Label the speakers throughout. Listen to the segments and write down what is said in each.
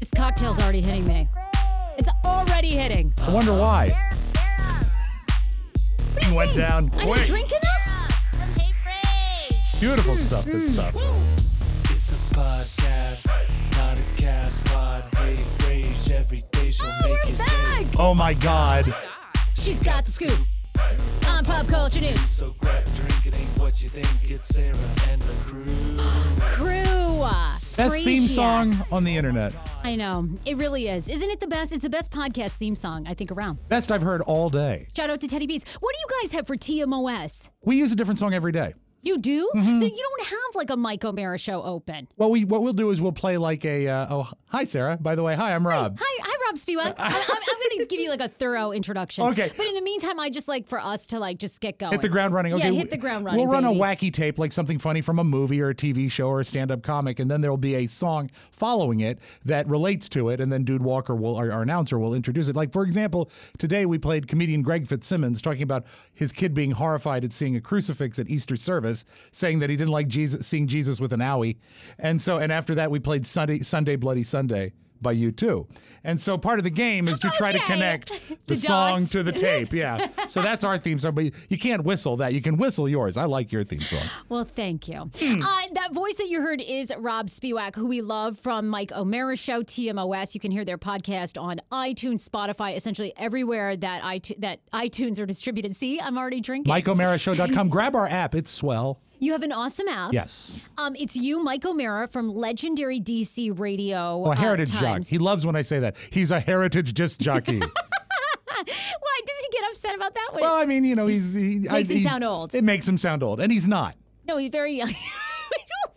Speaker 1: This cocktail's already hitting me. It's already hitting.
Speaker 2: I wonder why.
Speaker 1: What are you
Speaker 2: Went
Speaker 1: saying?
Speaker 2: down
Speaker 1: I
Speaker 2: quick.
Speaker 1: didn't drink Mm-hmm. enough?
Speaker 2: Beautiful stuff, this stuff.
Speaker 3: It's a podcast, not a cast pod. Hey, rage every day she'll make you
Speaker 1: We're
Speaker 3: say.
Speaker 1: back.
Speaker 2: Oh my God.
Speaker 1: She's got the scoop on pop culture news.
Speaker 3: So grab a drink, it ain't what you think. It's Sarah and the crew.
Speaker 1: Crew. uh,
Speaker 2: Best theme song
Speaker 1: Phrasiacs.
Speaker 2: on the internet.
Speaker 1: I know. It really is. Isn't it the best? It's the best podcast theme song, I think, around.
Speaker 2: Best I've heard all day.
Speaker 1: Shout out to Teddy Beats. What do you guys have for TMOS?
Speaker 2: We use a different song every day.
Speaker 1: You do?
Speaker 2: Mm-hmm.
Speaker 1: So you don't have like a Mike O'Mara show open.
Speaker 2: What we what we'll do is we'll play like a uh, oh hi Sarah. By the way, hi I'm Rob.
Speaker 1: Hi, hi, Rob Spiewak. I'm, I'm, I'm going to give you like a thorough introduction.
Speaker 2: Okay.
Speaker 1: But in the meantime, I just like for us to like just get going.
Speaker 2: Hit the ground running. Okay,
Speaker 1: Yeah,
Speaker 2: we-
Speaker 1: hit the ground running.
Speaker 2: We'll run
Speaker 1: baby.
Speaker 2: a wacky tape, like something funny from a movie or a TV show or a stand-up comic, and then there'll be a song following it that relates to it, and then Dude Walker will, our, our announcer, will introduce it. Like for example, today we played comedian Greg Fitzsimmons talking about his kid being horrified at seeing a crucifix at Easter service, saying that he didn't like Jesus, seeing Jesus with an owie, and so and after that we played Sunday, Sunday Bloody Sunday by you too, and so part of the game is to try to
Speaker 1: Okay.
Speaker 2: connect the,
Speaker 1: The
Speaker 2: song
Speaker 1: dots.
Speaker 2: to the tape. Yeah. So that's our theme song, but you can't whistle that. You can whistle yours. I like your theme song.
Speaker 1: Well, thank you.
Speaker 2: Hmm.
Speaker 1: Uh, that voice that you heard is Rob Spiewak, who we love from Mike O'Mara's show TMOS. You can hear their podcast on iTunes, Spotify, essentially everywhere that iTunes, that iTunes are distributed. See, I'm already drinking.
Speaker 2: MikeO'MaraShow.com. Grab our app. It's swell.
Speaker 1: You have an awesome app.
Speaker 2: Yes.
Speaker 1: Um, it's you, Mike O'Mara, from legendary DC radio.
Speaker 2: Oh, a
Speaker 1: uh,
Speaker 2: heritage
Speaker 1: Times.
Speaker 2: jock. He loves when I say that. He's a heritage disc jockey.
Speaker 1: Why does he get upset about that one?
Speaker 2: well, I mean, you know, he's he, makes I,
Speaker 1: Makes him
Speaker 2: he-
Speaker 1: sound old.
Speaker 2: It makes him sound old, and he's not.
Speaker 1: No, he's very young.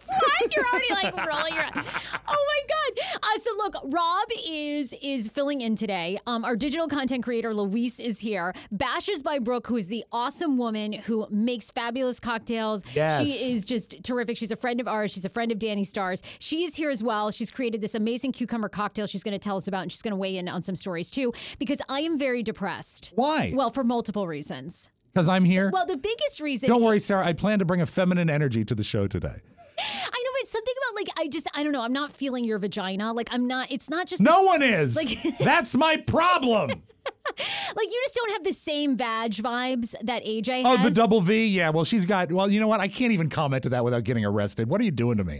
Speaker 1: What? You're already like rolling your eyes. Oh my god! Uh, so look, Rob is is filling in today. Um, our digital content creator Luis is here. Bash is by Brooke, who is the awesome woman who makes fabulous cocktails.
Speaker 2: Yes.
Speaker 1: She is just terrific. She's a friend of ours. She's a friend of Danny Stars. She is here as well. She's created this amazing cucumber cocktail. She's going to tell us about, and she's going to weigh in on some stories too. Because I am very depressed.
Speaker 2: Why?
Speaker 1: Well, for multiple reasons.
Speaker 2: because I'm here.
Speaker 1: Well, the biggest reason
Speaker 2: Don't worry, Sarah. I plan to bring a feminine energy to the show today.
Speaker 1: I know, but something about like I just I don't know. I'm not feeling your vagina. Like I'm not. It's not just
Speaker 2: No
Speaker 1: the-
Speaker 2: one is. That's my problem.
Speaker 1: Like you just don't have the same vag vibes that AJ
Speaker 2: Oh,
Speaker 1: has.
Speaker 2: the double V. Yeah. Well, she's got. Well, you know what? I can't even comment to that without getting arrested. What are you doing to me?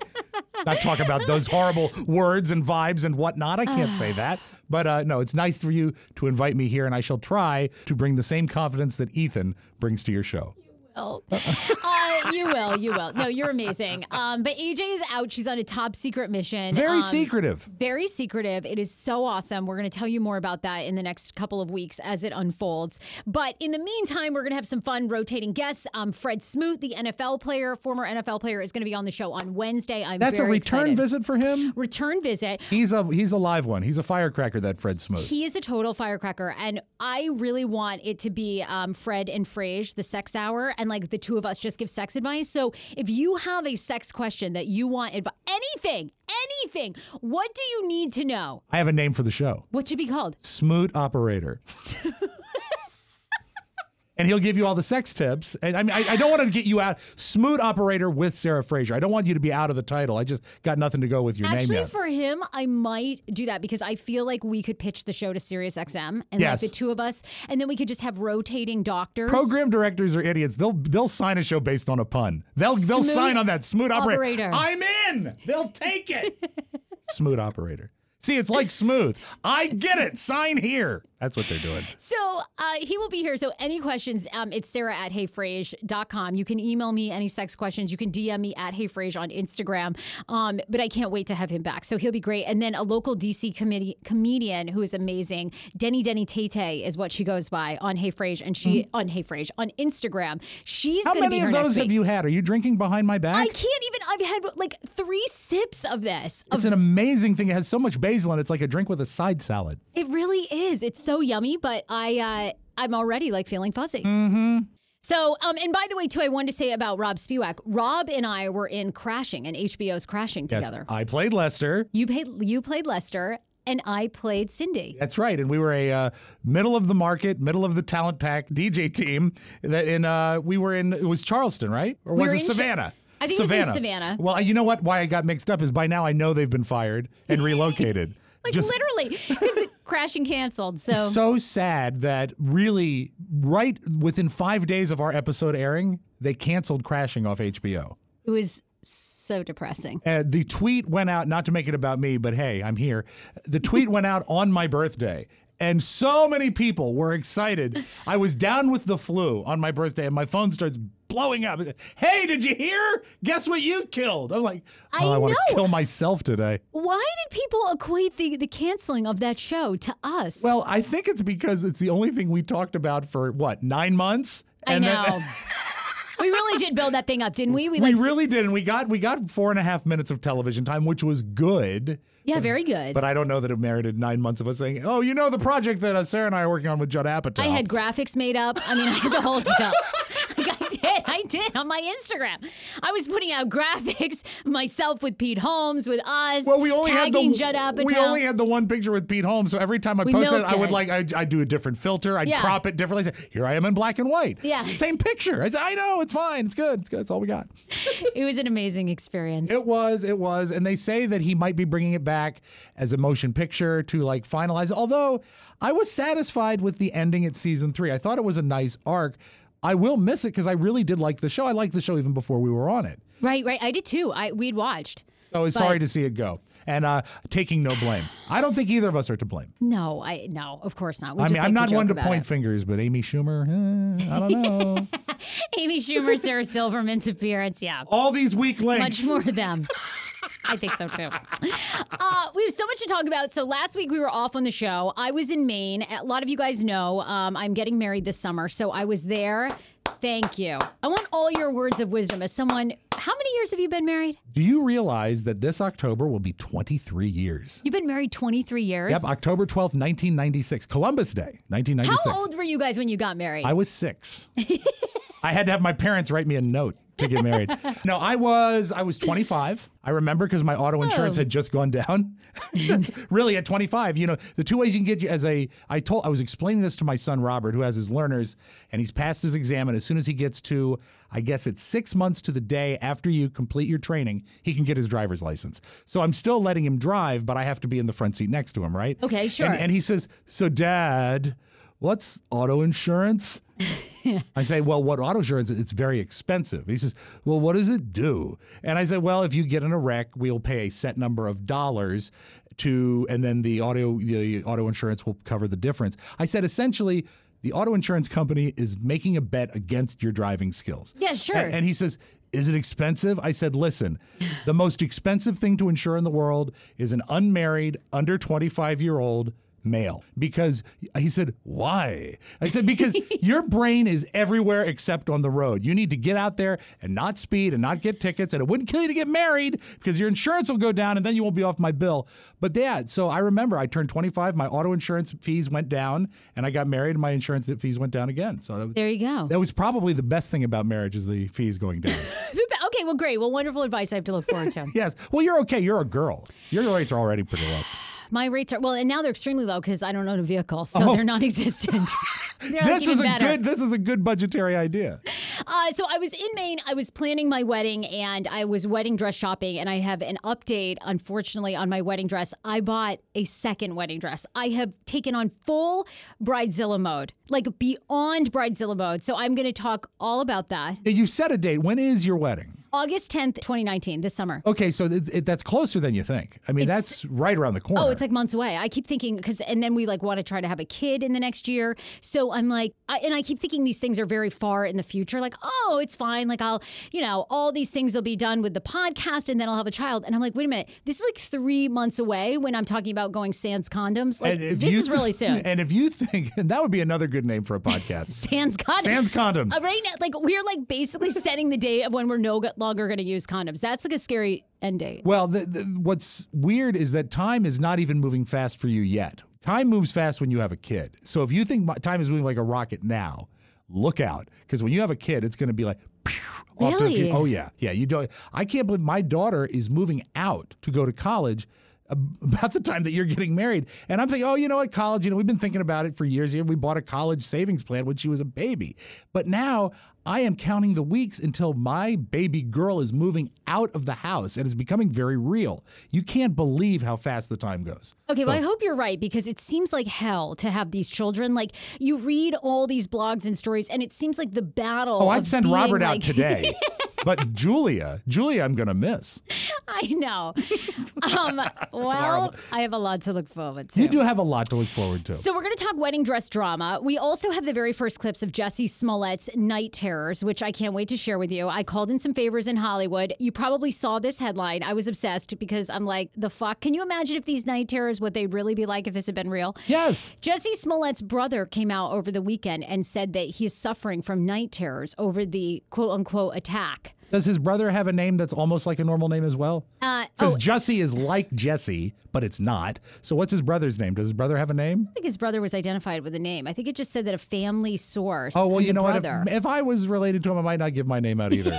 Speaker 2: Not talk about those horrible words and vibes and whatnot. I can't say that. But uh, no, it's nice for you to invite me here, and I shall try to bring the same confidence that Ethan brings to your show.
Speaker 1: Oh. uh, you will. You will. No, you're amazing. Um, but AJ is out. She's on a top secret mission.
Speaker 2: Very
Speaker 1: um,
Speaker 2: secretive.
Speaker 1: Very secretive. It is so awesome. We're going to tell you more about that in the next couple of weeks as it unfolds. But in the meantime, we're going to have some fun rotating guests. Um, Fred Smoot, the NFL player, former NFL player, is going to be on the show on Wednesday. I'm
Speaker 2: That's a
Speaker 1: very
Speaker 2: return
Speaker 1: excited.
Speaker 2: visit for him.
Speaker 1: Return visit.
Speaker 2: He's a he's a live one. He's a firecracker. That Fred Smoot.
Speaker 1: He is a total firecracker, and I really want it to be um, Fred and Frage, the sex hour, and like the two of us just give sex advice. So if you have a sex question that you want advice, anything, anything, what do you need to know?
Speaker 2: I have a name for the show.
Speaker 1: What should be called?
Speaker 2: Smoot operator. and he'll give you all the sex tips. And I mean, I, I don't want to get you out. Smoot operator with Sarah Fraser. I don't want you to be out of the title. I just got nothing to go with your
Speaker 1: Actually,
Speaker 2: name yet.
Speaker 1: for him, I might do that because I feel like we could pitch the show to SiriusXM and
Speaker 2: Yes.
Speaker 1: like the two of us, and then we could just have rotating doctors.
Speaker 2: Program directors are idiots. They'll they'll sign a show based on a pun. They'll they'll
Speaker 1: Smoot
Speaker 2: sign on that Smoot operator.
Speaker 1: operator.
Speaker 2: I'm in. They'll take it. Smoot operator. See, it's like smooth. I get it. Sign here. That's what they're doing.
Speaker 1: So uh, he will be here. So any questions, um, it's sarah at heyfrage.com. You can email me any sex questions. You can DM me at heyfrage on Instagram. Um, but I can't wait to have him back. So he'll be great. And then a local DC comedi- comedian who is amazing, Denny Denny Tate is what she goes by on Hey Frage. And she, on Hey Frage, on Instagram. She's
Speaker 2: Hmm. How
Speaker 1: going to
Speaker 2: many
Speaker 1: be here
Speaker 2: of
Speaker 1: next
Speaker 2: those have
Speaker 1: week.
Speaker 2: you had? Are you drinking behind my back?
Speaker 1: I can't even, I've had like three sips of this.
Speaker 2: It's an amazing thing. It has so much basil in it. It's like a drink with a side salad.
Speaker 1: It really is. It's so yummy, but I uh, I'm already like feeling fuzzy. Mm-hmm. So, um, and by the way, too, I wanted to say about Rob Spiewak. Rob and I were in Crashing, and HBO's Crashing together.
Speaker 2: I played Lester.
Speaker 1: you played you played Lester, and I played Cindy.
Speaker 2: That's right. And we were a uh, middle of the market, middle of the talent pack DJ team. That in uh, we were in it was Charleston, right? Or
Speaker 1: We
Speaker 2: was
Speaker 1: were
Speaker 2: it
Speaker 1: in Cha-
Speaker 2: Savannah?
Speaker 1: I think it was in Savannah.
Speaker 2: Well, you know what? Why I got mixed up is by now I know they've been fired and relocated.
Speaker 1: Like
Speaker 2: Just-
Speaker 1: literally, because the Crashing canceled. So,
Speaker 2: so sad that really right within five days of our episode airing, they canceled Crashing off HBO.
Speaker 1: it was so depressing.
Speaker 2: Uh, the tweet went out, not to make it about me, but hey, I'm here. The tweet went out on my birthday. And so many people were excited. I was down with the flu on my birthday, and my phone starts blowing up. It said, Hey, did you hear? Guess what you killed? I'm like,
Speaker 1: I
Speaker 2: oh, I, want to
Speaker 1: know.
Speaker 2: kill myself today.
Speaker 1: Why did people equate the the canceling of that show to us?
Speaker 2: Well, I think it's because it's the only thing we talked about for what nine months.
Speaker 1: I
Speaker 2: And then-
Speaker 1: know. we really did build that thing up, didn't we? We
Speaker 2: we
Speaker 1: like
Speaker 2: really did, and we got we got four and a half minutes of television time, which was good.
Speaker 1: yeah, very good.
Speaker 2: But I don't know that it merited nine months of us saying, "Oh, you know the project that uh, Sarah and I are working on with Judd Apatow."
Speaker 1: I had graphics made up. I mean, I had the whole deal. like I did, I did on my Instagram. I was putting out graphics myself with Pete Holmes, with us.
Speaker 2: well, we only had the
Speaker 1: tagging Judd Apatow.
Speaker 2: we only had the one picture with Pete Holmes. So every time I
Speaker 1: We
Speaker 2: posted, it,
Speaker 1: milked
Speaker 2: I would
Speaker 1: it.
Speaker 2: like I I do a different filter. I would
Speaker 1: Yeah.
Speaker 2: crop it differently. I said, Here I am in black and white.
Speaker 1: Yeah.
Speaker 2: same picture. I said, I know it's fine. It's good. It's good. It's all we got.
Speaker 1: it was an amazing experience.
Speaker 2: It was, it was, and they say that he might be bringing it back as a motion picture to like finalize. Although I was satisfied with the ending at season three, I thought it was a nice arc. I will miss it because I really did like the show. I liked the show even before we were on it.
Speaker 1: right, right. I did too. I we'd watched.
Speaker 2: So I was
Speaker 1: But-
Speaker 2: sorry to see it go, and uh, taking no blame. I don't think either of us are to blame.
Speaker 1: No, I no, of course not.
Speaker 2: I
Speaker 1: We just
Speaker 2: mean,
Speaker 1: like
Speaker 2: I'm not
Speaker 1: to joke
Speaker 2: one to
Speaker 1: about
Speaker 2: point
Speaker 1: it.
Speaker 2: fingers, but Amy Schumer, eh, I don't know.
Speaker 1: Amy Schumer, Sarah Silverman's appearance. Yeah.
Speaker 2: All these weak links.
Speaker 1: Much more them. I think so too. Uh, we have so much to talk about. So last week we were off on the show. I was in Maine. A lot of you guys know um, I'm getting married this summer, so I was there. Thank you. I want all your words of wisdom as someone. How many years have you been married?
Speaker 2: Do you realize that this October will be 23 years?
Speaker 1: You've been married 23 years.
Speaker 2: Yep, October 12th, 1996, Columbus Day, 1996.
Speaker 1: How old were you guys when you got married?
Speaker 2: I was six. I had to have my parents write me a note to get married. no, I was I was 25. I remember because my auto insurance
Speaker 1: Oh.
Speaker 2: had just gone down. That's really at 25. You know, the two ways you can get you as a I told I was explaining this to my son Robert, who has his learners, and he's passed his exam. And as soon as he gets to, I guess it's six months to the day after you complete your training, he can get his driver's license. So I'm still letting him drive, but I have to be in the front seat next to him, right?
Speaker 1: Okay,
Speaker 2: And-
Speaker 1: sure.
Speaker 2: and he says, So dad, what's auto insurance? I say, well, what auto insurance? It's very expensive. He says, well, what does it do? And I say, well, if you get in a wreck, we'll pay a set number of dollars to, and then the auto the auto insurance will cover the difference. I said, essentially, the auto insurance company is making a bet against your driving skills.
Speaker 1: Yeah, sure.
Speaker 2: And, and he says, is it expensive? I said, listen, the most expensive thing to insure in the world is an unmarried, under 25 year old male. Because he said, why? I said, because your brain is everywhere except on the road. You need to get out there and not speed and not get tickets. And it wouldn't kill you to get married because your insurance will go down and then you won't be off my bill. But yeah, so I remember I turned 25, my auto insurance fees went down, and I got married and my insurance fees went down again. So that was.
Speaker 1: there you go.
Speaker 2: That was probably the best thing about marriage is the fees going down.
Speaker 1: Okay, well, great. Well, wonderful advice. I have to look forward to.
Speaker 2: yes. Well, you're okay. You're a girl. Your rates are already pretty low.
Speaker 1: My rates are well, and now they're extremely low because I don't own a vehicle, so
Speaker 2: Oh.
Speaker 1: they're non-existent. They're, like,
Speaker 2: This
Speaker 1: even
Speaker 2: is a
Speaker 1: better.
Speaker 2: good. This is a good budgetary idea.
Speaker 1: Uh, so I was in Maine. I was planning my wedding, and I was wedding dress shopping. And I have an update, unfortunately, on my wedding dress. I bought a second wedding dress. I have taken on full bridezilla mode, like beyond bridezilla mode. So I'm going to talk all about that.
Speaker 2: You set a date. When is your wedding?
Speaker 1: August 10th, 2019, this summer.
Speaker 2: Okay, so it, it, that's closer than you think. I mean, that's right around the corner.
Speaker 1: Oh, it's like months away. I keep thinking because, and then we like want to try to have a kid in the next year. So I'm like, I, and I keep thinking these things are very far in the future. Like, oh, it's fine. Like I'll, you know, all these things will be done with the podcast, and then I'll have a child. And I'm like, wait a minute, this is like three months away when I'm talking about going sans condoms. Like
Speaker 2: And if
Speaker 1: this
Speaker 2: you
Speaker 1: is really
Speaker 2: th-
Speaker 1: soon.
Speaker 2: And if you think and that would be another good name for a podcast,
Speaker 1: Sans condoms.
Speaker 2: Sans condoms.
Speaker 1: Uh, right now, like we're like basically setting the date of when we're no go- longer going to use condoms. That's like a scary end date.
Speaker 2: Well, the, the, what's weird is that time is not even moving fast for you yet. Time moves fast when you have a kid. So if you think my, time is moving like a rocket now, look out because when you have a kid, it's going to be like. pew, off to the fu-
Speaker 1: Really?
Speaker 2: oh yeah, yeah. You don't. I can't believe my daughter is moving out to go to college ab- about the time that you're getting married, and I'm saying, oh, you know what, college. You know, we've been thinking about it for years. Here, we bought a college savings plan when she was a baby, but now I am counting the weeks until my baby girl is moving out of the house, and it's becoming very real. You can't believe how fast the time goes.
Speaker 1: Okay, well, I hope you're right because it seems like hell to have these children. Like you read all these blogs and stories, and it seems like the battle.
Speaker 2: Oh,
Speaker 1: of
Speaker 2: I'd send
Speaker 1: being,
Speaker 2: Robert
Speaker 1: like,
Speaker 2: out today. But Julia, Julia, I'm gonna miss.
Speaker 1: I know. Um, well, I have a lot to look forward to.
Speaker 2: You do have a lot to look forward to.
Speaker 1: So we're going to talk wedding dress drama. We also have the very first clips of Jesse Smollett's Night Terrors, which I can't wait to share with you. I called in some favors in Hollywood. You probably saw this headline. I was obsessed because I'm like, the fuck? Can you imagine if these night terrors, what they'd really be like if this had been real?
Speaker 2: yes.
Speaker 1: Jesse Smollett's brother came out over the weekend and said that he is suffering from night terrors over the quote unquote attack.
Speaker 2: Does his brother have a name that's almost like a normal name as well?
Speaker 1: Uh,
Speaker 2: Because Jussie is like Jesse, but it's not. So what's his brother's name? Does his brother have a name?
Speaker 1: I think his brother was identified with a name. I think it just said that a family source.
Speaker 2: Oh well,
Speaker 1: and
Speaker 2: you
Speaker 1: the
Speaker 2: know
Speaker 1: brother.
Speaker 2: what? If, if I was related to him, I might not give my name out either.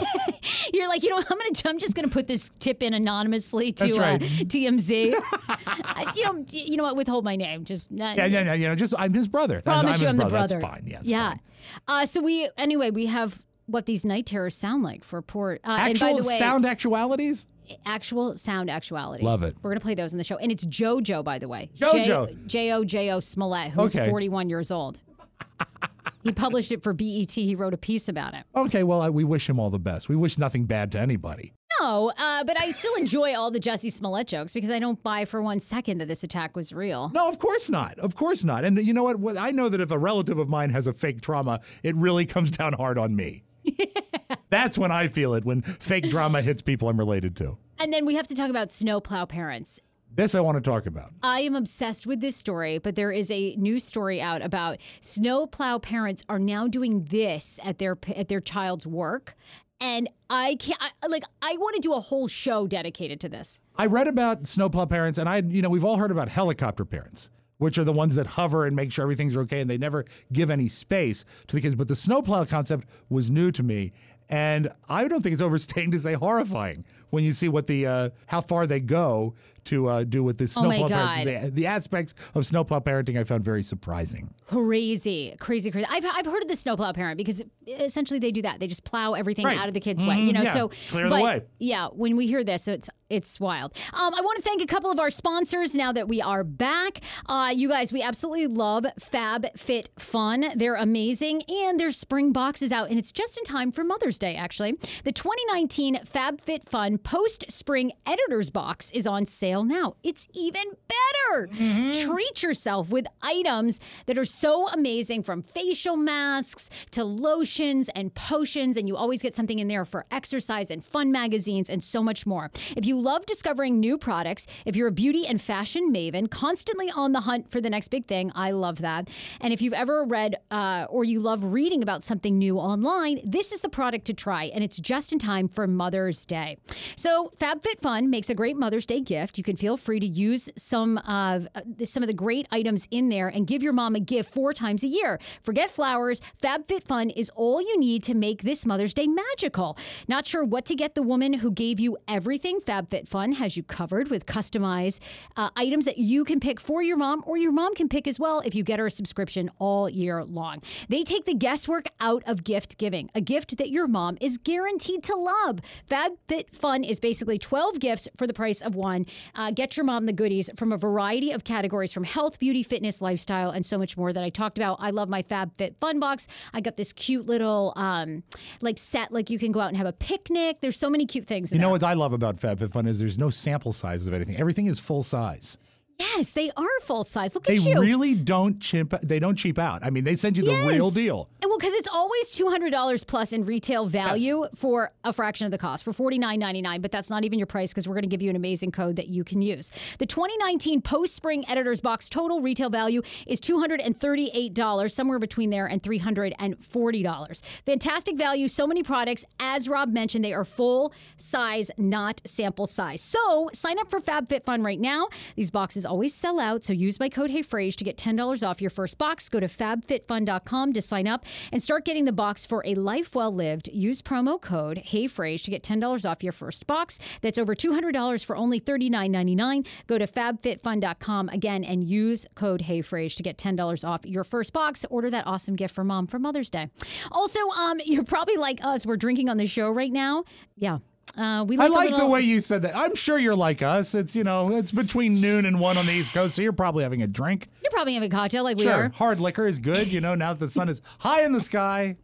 Speaker 1: You're like, you know, what? I'm gonna, I'm just gonna put this tip in anonymously to
Speaker 2: That's right.
Speaker 1: uh, TMZ. I, you know, you know what? Withhold my name. Just not,
Speaker 2: yeah, yeah, yeah. You know, just I'm his brother. I'm,
Speaker 1: promise
Speaker 2: I'm
Speaker 1: you,
Speaker 2: his
Speaker 1: I'm
Speaker 2: brother.
Speaker 1: the brother.
Speaker 2: That's fine. Yeah. it's
Speaker 1: yeah.
Speaker 2: fine.
Speaker 1: Uh, so we anyway, we have what these night terrors sound like for poor. Uh,
Speaker 2: Actual
Speaker 1: and by the way,
Speaker 2: sound actualities.
Speaker 1: actual sound actualities.
Speaker 2: Love it.
Speaker 1: We're gonna play those in the show, and it's JoJo, by the way.
Speaker 2: JoJo.
Speaker 1: J O J O Smollett, who's
Speaker 2: Okay.
Speaker 1: 41 years old. he published it for BET. He wrote a piece about it.
Speaker 2: Okay. Well, I, we wish him all the best. We wish nothing bad to anybody.
Speaker 1: No, uh, but I still enjoy all the Jesse Smollett jokes because I don't buy for one second that this attack was real.
Speaker 2: No, of course not. Of course not. And you know what? What- I know that if a relative of mine has a fake trauma, it really comes down hard on me. That's when I feel it when fake drama hits people I'm related to.
Speaker 1: And then we have to talk about snowplow parents.
Speaker 2: This I want to talk about.
Speaker 1: I am obsessed with this story, but there is a new story out about snowplow parents are now doing this at their at their child's work, and I can't I, like I want to do a whole show dedicated to this.
Speaker 2: I read about snowplow parents, and I, you know, we've all heard about helicopter parents, which are the ones that hover and make sure everything's okay, and they never give any space to the kids. But the snowplow concept was new to me, and I don't think it's overstating to say horrifying when you see what the uh, how far they go to uh, do with this
Speaker 1: Oh my
Speaker 2: snowplow parenting.
Speaker 1: God.
Speaker 2: The, the aspects of snowplow parenting I found very surprising.
Speaker 1: Crazy, crazy, crazy. I've, I've heard of the snowplow parent because essentially they do that. They just plow everything
Speaker 2: Right. Mm-hmm.
Speaker 1: out of the kid's way, you know.
Speaker 2: yeah.
Speaker 1: So
Speaker 2: Clear the
Speaker 1: but,
Speaker 2: way.
Speaker 1: Yeah, when we hear this, it's it's wild. Um, I want to thank a couple of our sponsors now that we are back. Uh, you guys, we absolutely love Fab Fit Fun. They're amazing, and their spring box is out, and it's just in time for Mother's Day. Actually, the 2019 Fab Fit Fun Post Spring Editor's Box is on sale now. It's even better.
Speaker 2: Mm-hmm.
Speaker 1: Treat yourself with items that are so amazing, from facial masks to lotions and potions, and you always get something in there for exercise and fun magazines and so much more. If you love discovering new products, if you're a beauty and fashion maven, constantly on the hunt for the next big thing, I love that. And if you've ever read uh, or you love reading about something new online, this is the product to try, and it's just in time for Mother's Day. So FabFitFun makes a great Mother's Day gift. You can feel free to use some of some of the great items in there and give your mom a gift four times a year. Forget flowers. FabFitFun is all you need to make this Mother's Day magical. Not sure what to get the woman who gave you everything? FabFitFun has you covered with customized uh, items that you can pick for your mom or your mom can pick as well if you get her a subscription all year long. They take the guesswork out of gift giving, a gift that your mom is guaranteed to love. FabFitFun is basically 12 gifts for the price of one. Uh, get your mom the goodies from a variety of categories from health, beauty, fitness, lifestyle, and so much more that I talked about. I love my FabFitFun box. I got this cute little um, like set, like you can go out and have a picnic. There's so many cute things. In
Speaker 2: You
Speaker 1: there.
Speaker 2: know what I love about FabFitFun is there's no sample size of anything. Everything is full size.
Speaker 1: Yes, they are full size. Look
Speaker 2: They
Speaker 1: at you.
Speaker 2: really don't chimp. They don't cheap out. I mean, they send you the real
Speaker 1: Yes.
Speaker 2: deal.
Speaker 1: And well, because it's always two hundred dollars plus in retail value for a fraction of the cost, for forty nine ninety nine. But that's not even your price because we're going to give you an amazing code that you can use. The twenty nineteen post spring editors box total retail value is two hundred and thirty eight dollars, somewhere between there and three hundred and forty dollars. Fantastic value, so many products. As Rob mentioned, they are full size, not sample size. So sign up for FabFitFun right now. These boxes always sell out, so use my code HeyFrage to get $10 off your first box. Go to fabfitfun.com to sign up and start getting the box for a life well lived. Use promo code HeyFrage to get $10 off your first box. That's over $200 for only $39.99. Go to fabfitfun.com again and use code HeyFrage to get $10 off your first box. Order that awesome gift for mom for Mother's Day. Also, um, you're probably like us. We're drinking on the show right now. Yeah. Uh, we
Speaker 2: I
Speaker 1: like, a
Speaker 2: like
Speaker 1: little-
Speaker 2: the way you said that. I'm sure you're like us. It's you know, it's between noon and one on the East Coast, so you're probably having a drink.
Speaker 1: You're probably having a cocktail like we
Speaker 2: Sure,
Speaker 1: are.
Speaker 2: hard liquor is good. You know, now that the sun is high in the sky.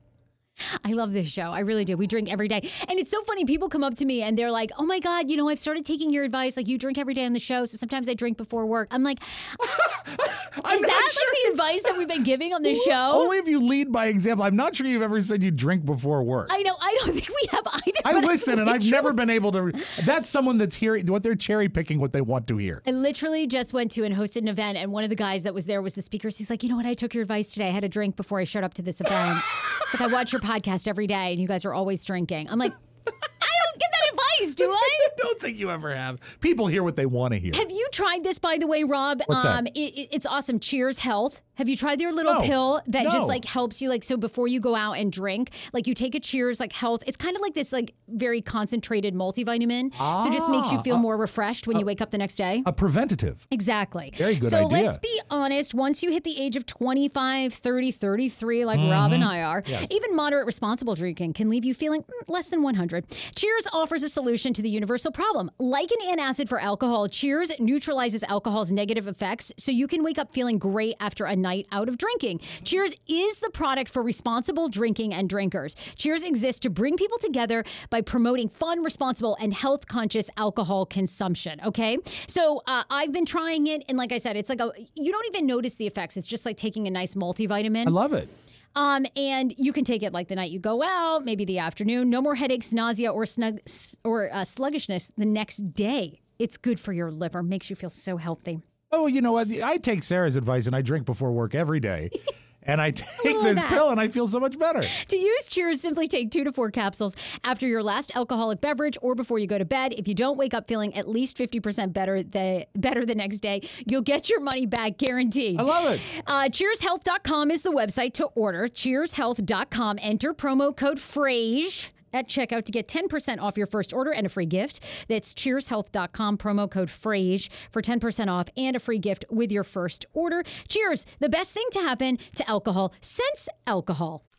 Speaker 1: I love this show. I really do. We drink every day. And it's so funny. People come up to me and they're like, oh my God, you know, I've started taking your advice. Like, you drink every day on the show. So sometimes I drink before work. I'm like,
Speaker 2: I'm
Speaker 1: is
Speaker 2: not
Speaker 1: that
Speaker 2: sure- oh
Speaker 1: like the advice that we've been giving on this show?
Speaker 2: Only if you lead by example. I'm not sure you've ever said you drink before work.
Speaker 1: I know. I don't think we have either.
Speaker 2: I
Speaker 1: but
Speaker 2: listen, and I've
Speaker 1: literally-
Speaker 2: never been able to. re- That's someone that's hearing what they're cherry picking what they want to hear.
Speaker 1: I literally just went to and hosted an event, and one of the guys that was there was the speaker. So He's like, you know what? I took your advice today. I had a drink before I showed up to this event. it's like I watch your podcast every day, and you guys are always drinking. I'm like, I don't give that advice, do I?
Speaker 2: I don't think you ever have. People hear what they want to hear.
Speaker 1: Have you tried this, by the way, Rob? Um,
Speaker 2: What's that?
Speaker 1: It, it- it's awesome. Cheers Health. Have you tried their little
Speaker 2: No.
Speaker 1: pill that
Speaker 2: No.
Speaker 1: just like helps you? Like, so before you go out and drink, like you take a Cheers like health. It's kind of like this like very concentrated multivitamin. So it just makes you
Speaker 2: Ah,
Speaker 1: feel more refreshed when you wake up the next day.
Speaker 2: A preventative.
Speaker 1: Exactly.
Speaker 2: Very good
Speaker 1: So
Speaker 2: idea.
Speaker 1: let's be honest. Once you hit the age of 25, 30, 33,
Speaker 2: Mm-hmm.
Speaker 1: like Rob and I are, even moderate responsible drinking can leave you feeling mm, less than 100. Cheers offers a solution to the universal problem. Like an antacid for alcohol, Cheers neutralizes alcohol's negative effects so you can wake up feeling great after a night out of drinking. Cheers is the product for responsible drinking and drinkers. Cheers exists to bring people together by promoting fun, responsible, and health conscious alcohol consumption. Okay. So uh, I've been trying it. And like I said, it's like a, you don't even notice the effects. It's just like taking a nice multivitamin.
Speaker 2: I love it.
Speaker 4: Um, and you can take it like the night you go out, maybe the afternoon. No more headaches, nausea, or snug or uh, sluggishness the next day. It's good for your liver. Makes you feel so healthy.
Speaker 2: Oh, you know what? I take Sarah's advice and I drink before work every day. And I take
Speaker 4: love
Speaker 2: this
Speaker 4: that.
Speaker 2: pill and I feel so much better.
Speaker 4: To use Cheers, simply take two to four capsules after your last alcoholic beverage or before you go to bed. If you don't wake up feeling at least 50% better the, better the next day, you'll get your money back guaranteed.
Speaker 2: I love it.
Speaker 4: Uh, cheershealth.com is the website to order. Cheershealth.com. Enter promo code FRAGE at checkout to get 10% off your first order and a free gift. That's cheershealth.com, promo code FRAGE for 10% off and a free gift with your first order. Cheers, the best thing to happen to alcohol since alcohol.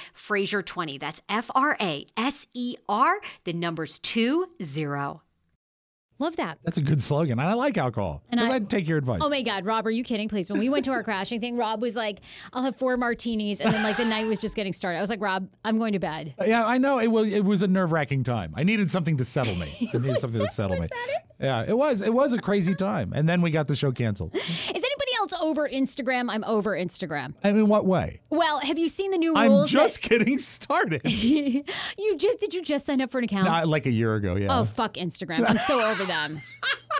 Speaker 5: Fraser 20. That's F R A S E R, the numbers 20.
Speaker 1: Love that.
Speaker 2: That's a good slogan. And I like alcohol.
Speaker 1: And
Speaker 2: Because
Speaker 1: I-
Speaker 2: I'd take your advice.
Speaker 1: Oh my God, Rob, are you kidding? Please. When we went to our crashing thing, Rob was like, I'll have four martinis. And then, like, the night was just getting started. I was like, Rob, I'm going to bed.
Speaker 2: Yeah, I know. It was it was a nerve wracking time. I needed something to settle me. I needed something to settle me. Yeah, it was. It was a crazy time. And then we got the show canceled.
Speaker 1: Is anybody else over Instagram? I'm over Instagram.
Speaker 2: I mean, what way?
Speaker 1: Well, have you seen the new
Speaker 2: I'm
Speaker 1: rules? that-
Speaker 2: just getting started.
Speaker 1: you just did you just sign up for an account?
Speaker 2: Uh, like a year ago, yeah.
Speaker 1: Oh fuck Instagram. I'm so over them.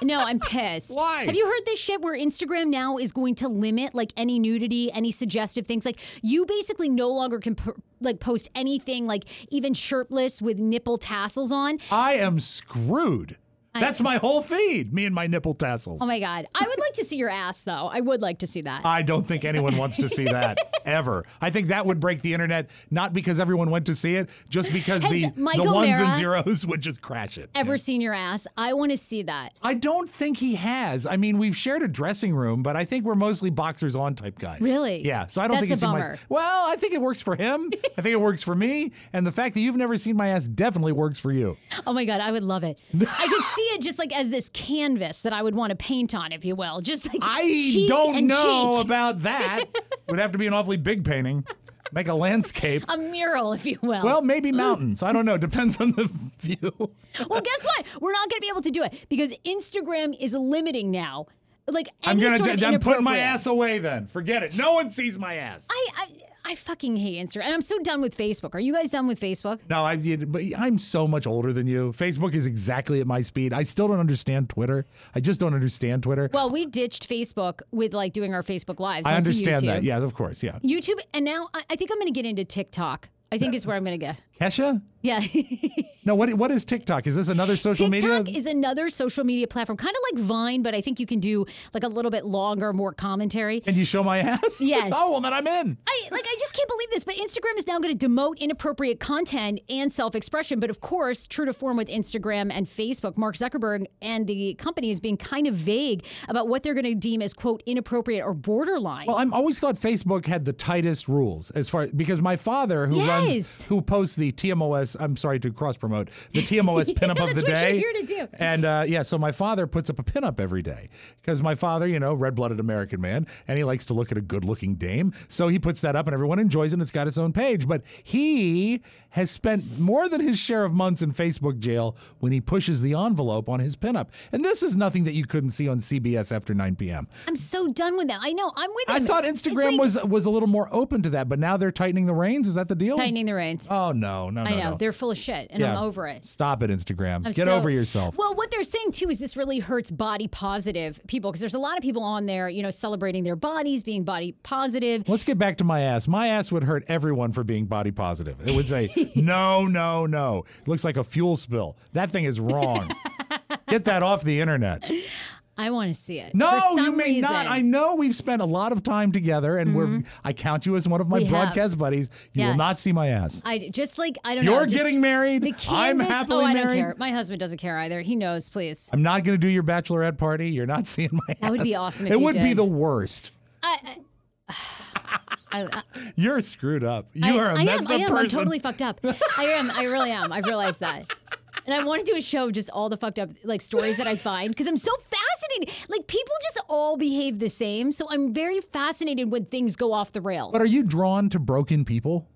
Speaker 1: No, I'm pissed.
Speaker 2: Why?
Speaker 1: Have you heard this shit where Instagram now is going to limit like any nudity, any suggestive things? Like you basically no longer can p- like post anything like even shirtless with nipple tassels on.
Speaker 2: I am screwed. That's my whole feed, me and my nipple tassels.
Speaker 1: Oh my god. I would like to see your ass though. I would like to see that.
Speaker 2: I don't think anyone wants to see that ever. I think that would break the internet, not because everyone went to see it, just because
Speaker 1: Has
Speaker 2: the, the
Speaker 1: Michael
Speaker 2: ones and
Speaker 1: Mara-
Speaker 2: zeros would just crash it.
Speaker 1: Ever seen your ass? I want to see that.
Speaker 2: I don't think he has. I mean, we've shared a dressing room, but I think we're mostly boxers on type guys.
Speaker 1: Really?
Speaker 2: Yeah. So I don't
Speaker 1: That's
Speaker 2: think he's
Speaker 1: a
Speaker 2: seen my-
Speaker 1: bummer.
Speaker 2: Well, I think it works for him. I think it works for me. And the fact that you've never seen my ass definitely works for you.
Speaker 1: Oh my god, I would love it. I could see it just like as this canvas that I would want to paint on, if you will. Just like
Speaker 2: I
Speaker 1: cheek
Speaker 2: don't
Speaker 1: and
Speaker 2: know
Speaker 1: cheek.
Speaker 2: about that. Would have to be an awfully big painting, make a landscape.
Speaker 1: a mural, if you will.
Speaker 2: Well, maybe mountains. I don't know. Depends on the view.
Speaker 1: well, guess what? We're not going to be able to do it because Instagram is limiting now. Like
Speaker 2: I'm
Speaker 1: any
Speaker 2: gonna.
Speaker 1: sort of
Speaker 2: I'm putting my
Speaker 1: inappropriate-
Speaker 2: ass away. Then forget it. No one sees my ass.
Speaker 1: I, I I fucking hate Instagram. And I'm so done with Facebook. Are you guys done with Facebook?
Speaker 2: No, I did, but I'm so much older than you. Facebook is exactly at my speed. I still don't understand Twitter. I just don't understand Twitter.
Speaker 1: Well, we ditched Facebook with like doing our Facebook lives.
Speaker 2: I
Speaker 1: went to
Speaker 2: understand that.
Speaker 1: YouTube.
Speaker 2: Yeah, of course. Yeah.
Speaker 1: YouTube, and now I, I think I'm going to get into TikTok. I think is where I'm going to go.
Speaker 2: Kesha?
Speaker 1: Yeah.
Speaker 2: No, what what is TikTok? Is this another social
Speaker 1: TikTok
Speaker 2: media?
Speaker 1: is another social media platform, kind of like Vine, but I think you can do like a little bit longer, more commentary.
Speaker 2: Can you show my ass?
Speaker 1: Yes.
Speaker 2: oh, well, then I'm in.
Speaker 1: I like I just can't believe this, but Instagram is now going to demote inappropriate content and self-expression. But of course, true to form with Instagram and Facebook, Mark Zuckerberg and the company is being kind of vague about what they're going to deem as quote inappropriate or borderline.
Speaker 2: Well, I'm always thought Facebook had the tightest rules as far because my father who runs
Speaker 1: Yes.
Speaker 2: who posts the TMOS. I'm sorry to cross promote the TMOS pinup of the
Speaker 1: that's what you're
Speaker 2: day.
Speaker 1: here to do.
Speaker 2: And uh, yeah, so my father puts up a pinup every day because my father, you know, red blooded American man, and he likes to look at a good looking dame. So he puts that up, and everyone enjoys it. and It's got its own page, but he has spent more than his share of months in Facebook jail when he pushes the envelope on his pinup. And this is nothing that you couldn't see on CBS after 9 p.m.
Speaker 1: I'm so done with that. I know I'm with.
Speaker 2: I
Speaker 1: him.
Speaker 2: thought
Speaker 1: It's
Speaker 2: Instagram
Speaker 1: like
Speaker 2: was was a little more open to that, but now they're tightening the reins. Is that the deal?
Speaker 1: tightening the reins.
Speaker 2: Oh no, no, no.
Speaker 1: I know
Speaker 2: no.
Speaker 1: they're full of shit, and
Speaker 2: Yeah.
Speaker 1: I'm over it.
Speaker 2: Stop it, Instagram.
Speaker 1: I'm
Speaker 2: Get
Speaker 1: so-
Speaker 2: over yourself.
Speaker 1: Well, what they're saying too is this really hurts body positive people because there's a lot of people on there, you know, celebrating their bodies, being body positive.
Speaker 2: Let's get back to my ass. My ass would hurt everyone for being body positive. It would say, no, no, no. It looks like a fuel spill. That thing is wrong. Get that off the internet.
Speaker 1: I want to see it.
Speaker 2: No,
Speaker 1: For some
Speaker 2: you may
Speaker 1: reason. Mm-hmm.
Speaker 2: not. I know we've spent a lot of time together, and we're. I count you as one of my
Speaker 1: We have.
Speaker 2: broadcast buddies. You will
Speaker 1: Yes.
Speaker 2: not see my ass.
Speaker 1: I just like I don't know.
Speaker 2: You're
Speaker 1: just-
Speaker 2: getting married.
Speaker 1: The canvas.
Speaker 2: I'm happily
Speaker 1: oh, I
Speaker 2: married.
Speaker 1: don't care. My husband doesn't care either. He knows. Please.
Speaker 2: I'm not going to do your bachelorette party. You're not seeing my
Speaker 1: That would be
Speaker 2: ass.
Speaker 1: awesome if
Speaker 2: It
Speaker 1: you
Speaker 2: would be
Speaker 1: did.
Speaker 2: the worst.
Speaker 1: I, I, I,
Speaker 2: You're screwed up. You
Speaker 1: I-
Speaker 2: are a
Speaker 1: I
Speaker 2: messed up
Speaker 1: am, I am.
Speaker 2: person.
Speaker 1: I'm totally fucked up. I am. I really am. I've realized that. And I want to do a show of just all the fucked up like stories that I find because I'm so fascinated. Like people just all behave the same, so I'm very fascinated when things go off the rails.
Speaker 2: but are you drawn to broken people?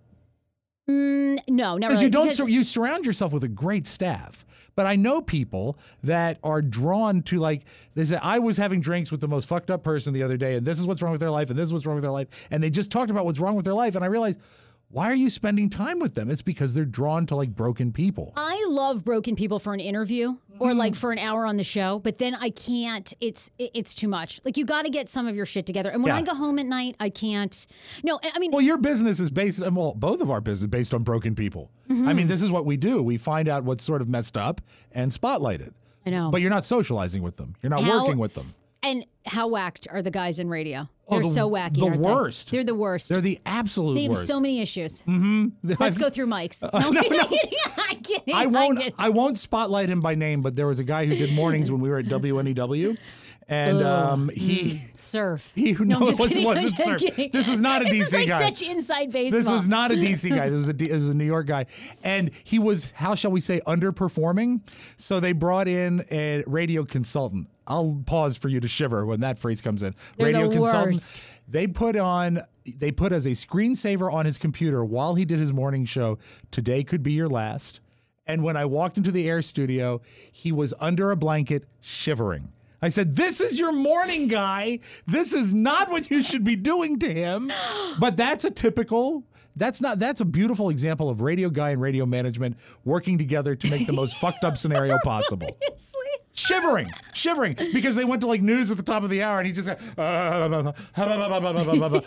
Speaker 1: no, not
Speaker 2: Because
Speaker 1: really.
Speaker 2: you don't
Speaker 1: because-
Speaker 2: sur- you surround yourself with a great staff. But I know people that are drawn to like they say I was having drinks with the most fucked up person the other day and this is what's wrong with their life and this is what's wrong with their life and they just talked about what's wrong with their life and I realized why are you spending time with them? It's because they're drawn to like broken people.
Speaker 1: I love broken people for an interview or like for an hour on the show, but then I can't. It's it- it's too much. Like you got to get some of your shit together. And when
Speaker 2: Yeah.
Speaker 1: I go home at night, I can't. No, I I mean
Speaker 2: Well, your business is based on, well, both of our business based on broken people.
Speaker 1: Mm-hmm.
Speaker 2: I mean, this is what we do. We find out what's sort of messed up and spotlight it.
Speaker 1: I know.
Speaker 2: But you're not socializing with them. You're not
Speaker 1: How-
Speaker 2: working with them.
Speaker 1: And how whacked are the guys in radio?
Speaker 2: Oh,
Speaker 1: They're
Speaker 2: the-
Speaker 1: so wacky.
Speaker 2: the
Speaker 1: aren't they?
Speaker 2: worst.
Speaker 1: They're the worst.
Speaker 2: They're the absolute
Speaker 1: they have
Speaker 2: worst.
Speaker 1: so many issues. Let's go through Mike's. No, I'm kidding. I'm kidding.
Speaker 2: I
Speaker 1: I'm
Speaker 2: won't
Speaker 1: kidding.
Speaker 2: I won't spotlight him by name, but there was a guy who did mornings when we were at WNEW. E and um, he.
Speaker 1: Mm. Surf.
Speaker 2: He who
Speaker 1: no, I'm
Speaker 2: knows
Speaker 1: just kidding.
Speaker 2: wasn't
Speaker 1: I'm just
Speaker 2: surf.
Speaker 1: kidding.
Speaker 2: This was not a
Speaker 1: This is
Speaker 2: DC
Speaker 1: like
Speaker 2: guy.
Speaker 1: such inside baseball.
Speaker 2: This was not a DC guy. This was a, D- this was a New York guy. And he was, how shall we say, underperforming. So they brought in a radio consultant. I'll pause for you to shiver when that phrase comes in.
Speaker 1: They're the
Speaker 2: radio consultant.
Speaker 1: worst.
Speaker 2: They put on they put as a screensaver on his computer while he did his morning show, today could be your last. And when I walked into the air studio, he was under a blanket shivering. I said, This is your morning guy. This is not what you should be doing to him. But that's a typical, that's not, that's a beautiful example of radio guy and radio management working together to make the most fucked up scenario possible
Speaker 1: Honestly.
Speaker 2: shivering, shivering, because they went to like news at the top of the hour, and he's just like,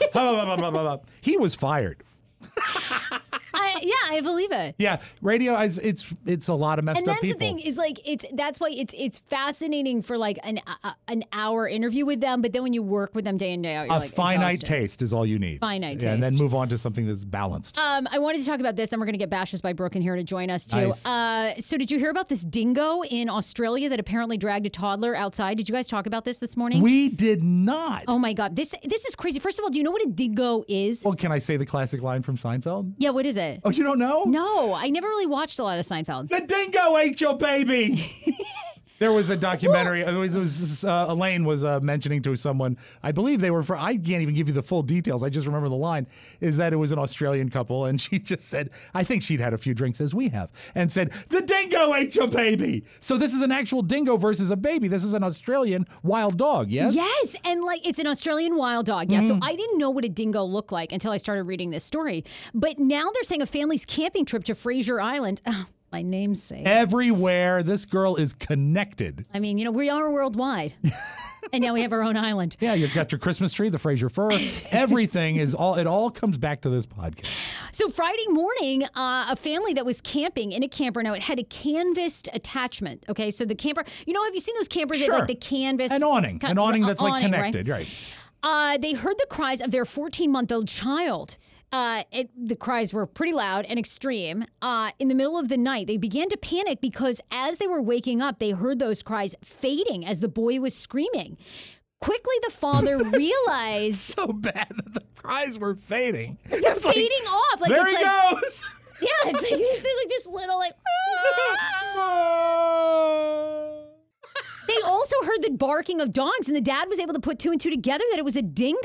Speaker 2: he was fired.
Speaker 1: I, yeah, I believe it.
Speaker 2: Yeah, radio is it's it's a lot of messed
Speaker 1: and
Speaker 2: up
Speaker 1: that's
Speaker 2: people.
Speaker 1: the thing is like it's that's why it's it's fascinating for like an uh, an hour interview with them, but then when you work with them day in day out, you're
Speaker 2: a
Speaker 1: like
Speaker 2: finite
Speaker 1: exhausted.
Speaker 2: taste is all you need.
Speaker 1: Finite
Speaker 2: yeah, and then
Speaker 1: taste.
Speaker 2: move on to something that's balanced.
Speaker 1: Um, I wanted to talk about this, and we're going to get Bashes by Brooke in here to join us too.
Speaker 2: Nice.
Speaker 1: Uh, so, did you hear about this dingo in Australia that apparently dragged a toddler outside? Did you guys talk about this this morning?
Speaker 2: We did not.
Speaker 1: oh my god, this this is crazy. First of all, do you know what a dingo is?
Speaker 2: Well, can I say the classic line from Seinfeld?
Speaker 1: Yeah, what is it?
Speaker 2: Oh, you don't know?
Speaker 1: No, I never really watched a lot of Seinfeld.
Speaker 2: The dingo ate your baby. There was a documentary. It was, it was, uh, Elaine was uh, mentioning to someone. I believe they were. From, I can't even give you the full details. I just remember the line is that it was an Australian couple, and she just said, "I think she'd had a few drinks as we have," and said, "The dingo ate your baby." So this is an actual dingo versus a baby. This is an Australian wild dog. Yes.
Speaker 1: Yes, and like it's an Australian wild dog. Yeah,
Speaker 2: Mm.
Speaker 1: so I didn't know what a dingo looked like until I started reading this story. But now they're saying a family's camping trip to Fraser Island. Oh, my namesake.
Speaker 2: Eh. Everywhere this girl is connected.
Speaker 1: I mean, you know, we are worldwide, and now we have our own island.
Speaker 2: Yeah, you've got your Christmas tree, the Fraser fir. Everything is all. It all comes back to this podcast.
Speaker 1: So Friday morning, uh, a family that was camping in a camper. Now it had a canvased attachment. Okay, so the camper. You know, have you seen those campers that
Speaker 2: Sure.
Speaker 1: like the canvas?
Speaker 2: An awning,
Speaker 1: Kind-
Speaker 2: an awning
Speaker 1: uh,
Speaker 2: that's like
Speaker 1: awning, right?
Speaker 2: connected, right?
Speaker 1: Uh, they heard the cries of their 14 month old child. Uh, it, the cries were pretty loud and extreme. Uh, in the middle of the night, they began to panic because as they were waking up, they heard those cries fading as the boy was screaming. Quickly, the father realized
Speaker 2: so bad that the cries were fading. It's like,
Speaker 1: fading off. Like
Speaker 2: there
Speaker 1: it's
Speaker 2: he
Speaker 1: like,
Speaker 2: goes.
Speaker 1: yeah, it's like, it's like this little like. They also heard the barking of dogs, and the dad was able to put two and two together that it was a dingo.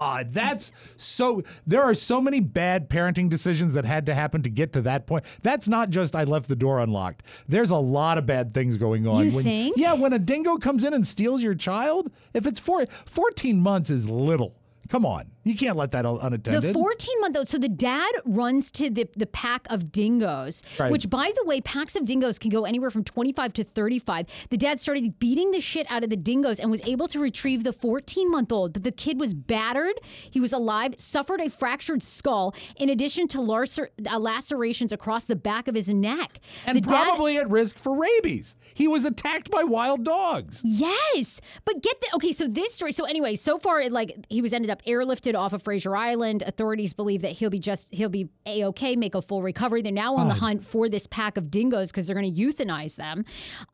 Speaker 2: God, Ah, that's so. There are so many bad parenting decisions that had to happen to get to that point. That's not just I left the door unlocked. There's a lot of bad things going on.
Speaker 1: You
Speaker 2: when,
Speaker 1: think?
Speaker 2: Yeah, when a dingo comes in and steals your child, if it's four, 14 months is little. Come on, you can't let that un- unattended.
Speaker 1: The 14 month old. So the dad runs to the, the pack of dingoes,
Speaker 2: Right.
Speaker 1: which, by the way, packs of dingoes can go anywhere from 25 to 35. The dad started beating the shit out of the dingoes and was able to retrieve the 14 month old. But the kid was battered. He was alive, suffered a fractured skull, in addition to larcer, uh, lacerations across the back of his neck.
Speaker 2: and
Speaker 1: the dad-
Speaker 2: probably at risk for rabies. He was attacked by wild dogs.
Speaker 1: Yes, but get the okay. So this story. So anyway, so far, it, like he was ended up airlifted off of Fraser Island. Authorities believe that he'll be just he'll be a okay, make a full recovery. They're now on the hunt for this pack of dingoes because they're going to euthanize them.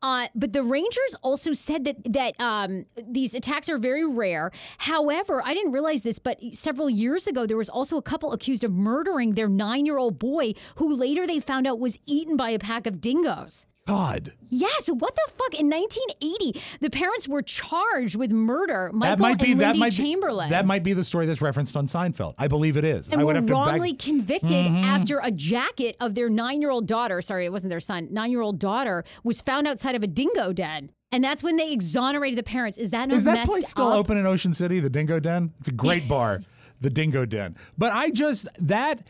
Speaker 1: Uh, but the rangers also said that that um, these attacks are very rare. However, I didn't realize this, but several years ago there was also a couple accused of murdering their nine year old boy, who later they found out was eaten by a pack of dingoes.
Speaker 2: God.
Speaker 1: Yeah, so what the fuck? In 1980, the parents were charged with murder. Michael
Speaker 2: that might be
Speaker 1: and
Speaker 2: that
Speaker 1: Lindy
Speaker 2: might
Speaker 1: Chamberlain.
Speaker 2: Be, that might be the story that's referenced on Seinfeld. I believe it is.
Speaker 1: and
Speaker 2: I
Speaker 1: were
Speaker 2: would have to Mm-hmm.
Speaker 1: wrongly
Speaker 2: back,
Speaker 1: convicted after a jacket of their nine-year-old daughter. Sorry, it wasn't their son. Nine-year-old daughter was found outside of a dingo den, and that's when they exonerated the parents. Is that not
Speaker 2: Is that
Speaker 1: messed
Speaker 2: place still
Speaker 1: up?
Speaker 2: open in Ocean City, the Dingo Den? It's a great bar, the Dingo Den. But I just that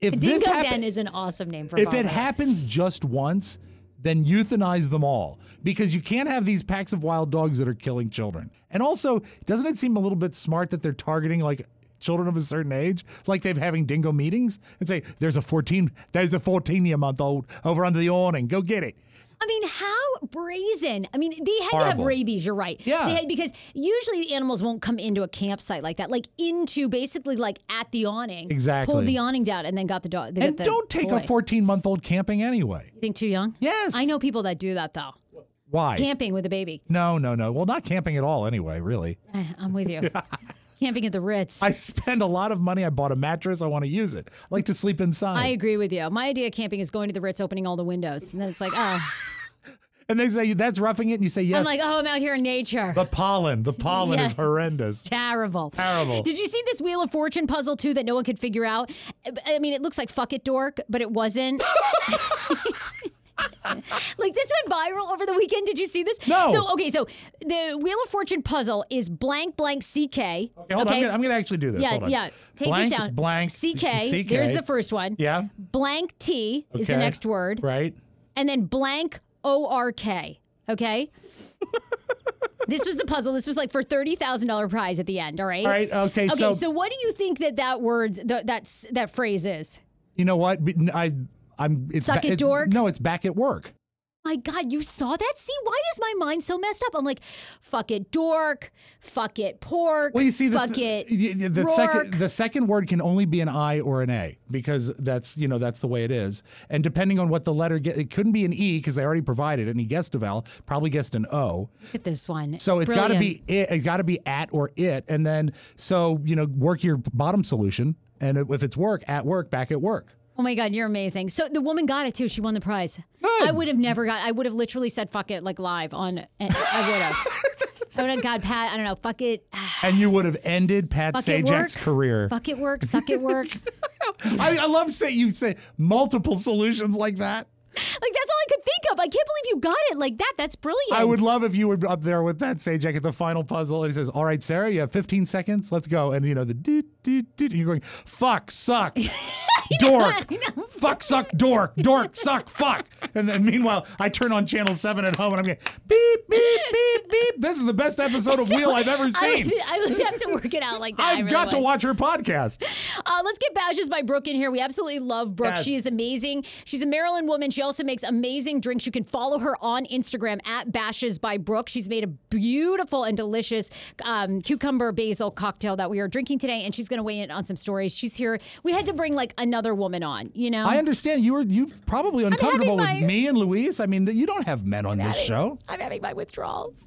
Speaker 2: if
Speaker 1: Dingo
Speaker 2: this happen-
Speaker 1: den is an awesome name for a
Speaker 2: if it
Speaker 1: bar.
Speaker 2: happens just once, then euthanize them all because you can't have these packs of wild dogs that are killing children. And also, doesn't it seem a little bit smart that they're targeting like children of a certain age, like they're having dingo meetings and say, "There's a 14, there's a 14 year month old over under the awning. Go get it."
Speaker 1: I mean, how brazen! I mean, they had to
Speaker 2: Horrible.
Speaker 1: have rabies. You're right.
Speaker 2: Yeah.
Speaker 1: they had because usually the animals won't come into a campsite like that, like into basically like at the awning.
Speaker 2: Exactly.
Speaker 1: Pulled the awning down and then got the dog. they got
Speaker 2: And
Speaker 1: the
Speaker 2: don't take a
Speaker 1: boy.
Speaker 2: 14 month old camping anyway.
Speaker 1: You think too young?
Speaker 2: Yes.
Speaker 1: I know people that do that though.
Speaker 2: Why?
Speaker 1: Camping with a baby.
Speaker 2: no, no, no. Well, not camping at all, anyway, really.
Speaker 1: I- I'm with you. Camping at the Ritz.
Speaker 2: I spend a lot of money. I bought a mattress. I want to use it. I like to sleep inside.
Speaker 1: I agree with you. My idea of camping is going to the Ritz, opening all the windows, and then it's like, oh,
Speaker 2: and they say that's roughing it, and you say yes.
Speaker 1: I'm like, oh, I'm out here in nature.
Speaker 2: the pollen, the pollen is
Speaker 1: Yeah.
Speaker 2: horrendous.
Speaker 1: Terrible.
Speaker 2: Terrible.
Speaker 1: Did you see this Wheel of Fortune puzzle too that no one could figure out? I mean, it looks like fuck it dork, but it wasn't. like this went viral over the weekend. Did you see this?
Speaker 2: No.
Speaker 1: So okay, so the Wheel of Fortune puzzle is blank blank CK. Okay,
Speaker 2: Okay, hold on. I'm gonna, I'm gonna actually do this.
Speaker 1: yeah,
Speaker 2: hold on.
Speaker 1: yeah. Take
Speaker 2: blank,
Speaker 1: this down.
Speaker 2: Blank.
Speaker 1: CK.
Speaker 2: CK.
Speaker 1: There's the first one.
Speaker 2: Yeah.
Speaker 1: Blank T is the
Speaker 2: Okay.
Speaker 1: next word.
Speaker 2: Right.
Speaker 1: and then blank ORK. Okay. this was the puzzle. This was like for thirty thousand dollar prize at the end. All right.
Speaker 2: All right. Okay.
Speaker 1: Okay.
Speaker 2: so,
Speaker 1: So, what do you think that that word that that's that phrase is?
Speaker 2: you know what? Be- n- I I'm it's
Speaker 1: Suck
Speaker 2: ba-
Speaker 1: it,
Speaker 2: it's-
Speaker 1: dork.
Speaker 2: No, it's back at work.
Speaker 1: My God, you saw that? See, why is my mind so messed up? I'm like, fuck it, dork. Fuck it, pork.
Speaker 2: Well, you see, the
Speaker 1: fuck
Speaker 2: th-
Speaker 1: it.
Speaker 2: y- y- the
Speaker 1: Rourke.
Speaker 2: second the second word can only be an I or an A because that's you know that's the way it is. And depending on what the letter, get, it couldn't be an E because they already provided it, and he guessed a vowel, probably guessed an O.
Speaker 1: Look at this one.
Speaker 2: So it's got to
Speaker 1: Brilliant.
Speaker 2: be it, it's got to be at or it, and then so you know work your bottom solution, and if it's work at work, back at work.
Speaker 1: Oh my God, you're amazing. So the woman got it too. She won the prize. I would have never got. I would have literally said "fuck it" like live on. eh, I would have. I would have got Pat. I don't know. Fuck it.
Speaker 2: And you would have ended Pat
Speaker 1: Fuck it
Speaker 2: Sajak's
Speaker 1: work.
Speaker 2: career.
Speaker 1: Fuck it work. Suck it work. like that's
Speaker 2: I, I love say you say multiple solutions like that.
Speaker 1: all I could think of. I can't believe you got it like that. That's brilliant.
Speaker 2: I would love if you were up there with that Sajak at the final puzzle, and he says, "All right, Sarah, you have 15 seconds. Let's go." And you know the doot doot doot. And you're going, "Fuck, suck, dork, fuck, suck, dork, dork, suck, fuck." And then meanwhile, I turn on channel seven at home, and I'm going, "Beep beep beep beep." This is the best episode of Wheel I've ever
Speaker 1: I
Speaker 2: seen.
Speaker 1: would, I would have to work it out like that. I
Speaker 2: I've
Speaker 1: really
Speaker 2: got to
Speaker 1: would.
Speaker 2: watch her podcast.
Speaker 1: Uh, let's get Badges by Brooke in here. We absolutely love Brooke.
Speaker 2: Yes.
Speaker 1: She is amazing. She's a Maryland woman. She also makes amazing drinks. You can follow her on Instagram at Bashes by Brooke. She's made a beautiful and delicious um, cucumber basil cocktail that we are drinking today, and she's going to weigh in on some stories. She's here. We had to bring like another woman on, you know?
Speaker 2: I understand you were you probably uncomfortable with
Speaker 1: my-
Speaker 2: me and Luis. I mean, you don't have men on this show.
Speaker 1: I'm having my withdrawals.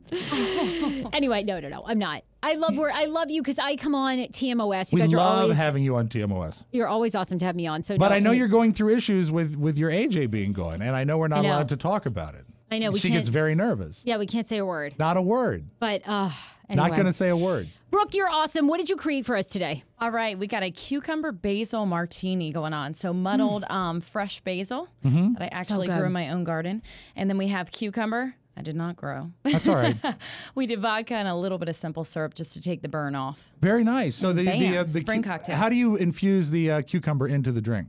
Speaker 1: anyway, no, no, no, I'm not. I love where I love you because I come on at TMOS. You
Speaker 2: We
Speaker 1: guys are
Speaker 2: love
Speaker 1: always
Speaker 2: having you on TMOS.
Speaker 1: you're always awesome to have me on. So,
Speaker 2: But
Speaker 1: no,
Speaker 2: I know you're
Speaker 1: it's-
Speaker 2: going through issues with with your AJ being gone, and I know we're not
Speaker 1: know.
Speaker 2: allowed to talk about it.
Speaker 1: I know, we
Speaker 2: she gets
Speaker 1: can't-
Speaker 2: very nervous.
Speaker 1: Yeah, we can't say a word,
Speaker 2: Not a word.
Speaker 1: but uh, anyway.
Speaker 2: Not going to say a word.
Speaker 1: Brooke, you're awesome. What did you create for us today?
Speaker 6: All right, we got a cucumber basil martini going on. So muddled um, fresh basil that I actually
Speaker 1: good.
Speaker 6: grew in my own garden, and then we have cucumber. I did not grow.
Speaker 2: That's all right.
Speaker 6: we did vodka and a little bit of simple syrup just to take the burn off.
Speaker 2: very nice. So the the,
Speaker 6: Bam,
Speaker 2: uh, the
Speaker 6: spring
Speaker 2: cu-
Speaker 6: cocktail.
Speaker 2: How do you infuse the uh, cucumber into the drink?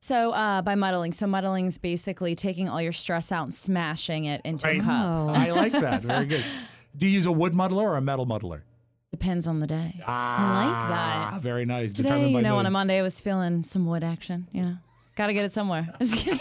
Speaker 6: So uh, by muddling, so muddling's basically taking all your stress out and smashing it into a cup.
Speaker 2: I like that. Very good. Do you use a wood muddler or a metal muddler?
Speaker 6: Depends on the day.
Speaker 1: I like
Speaker 2: Ah, very nice.
Speaker 6: Today,
Speaker 2: Determined by
Speaker 6: you know, on
Speaker 2: mood.
Speaker 6: a Monday, I was feeling some wood action. You know, got to get it somewhere. Just kidding.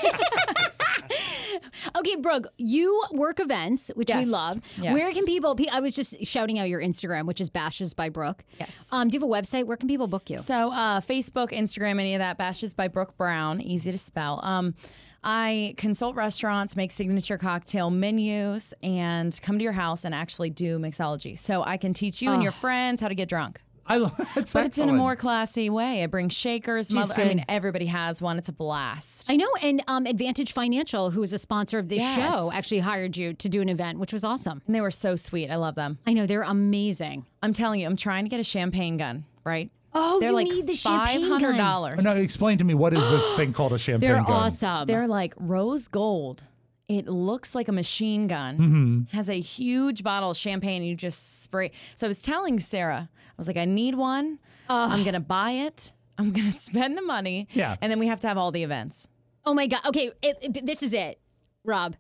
Speaker 1: that. Okay, Brooke, you work events, which we
Speaker 6: Yes,
Speaker 1: love.
Speaker 6: yes.
Speaker 1: Where can people? pe- I was just shouting out your Instagram, which is Bashes by Brooke.
Speaker 6: Yes.
Speaker 1: Um, do you have a website? Where can people book you?
Speaker 6: So uh, Facebook, Instagram, any of that. Bashes by Brooke Brown, easy to spell. Um, I consult restaurants, make signature cocktail menus, and come to your house and actually do mixology. So I can teach you and
Speaker 1: Ah.
Speaker 6: your friends how to get drunk.
Speaker 2: I lo- that's
Speaker 6: But it's in a
Speaker 2: excellent.
Speaker 6: more classy way. I bring shakers. Mother, I
Speaker 1: good.
Speaker 6: mean, everybody has one. It's a blast.
Speaker 1: I know, and um, Advantage Financial, who is a sponsor of this
Speaker 6: Yes.
Speaker 1: show, actually hired you to do an event, which was awesome.
Speaker 6: And they were so sweet. I love them.
Speaker 1: I know they're amazing.
Speaker 6: I'm telling you, I'm trying to get a champagne gun, right?
Speaker 1: Oh,
Speaker 6: They're
Speaker 1: you
Speaker 6: like
Speaker 1: need the champagne gun.
Speaker 6: $500.
Speaker 2: Oh, No, explain to me what is this thing called a champagne
Speaker 1: They're
Speaker 2: gun?
Speaker 1: awesome.
Speaker 6: They're like rose gold. It looks like a machine gun. Has a huge bottle of champagne. You just spray. So I was telling Sarah, I was like, I need one. I'm gonna buy it. I'm gonna spend the money.
Speaker 2: Yeah.
Speaker 6: And then we have to have all the events.
Speaker 1: oh my god. Okay, it, it- this is it, Rob.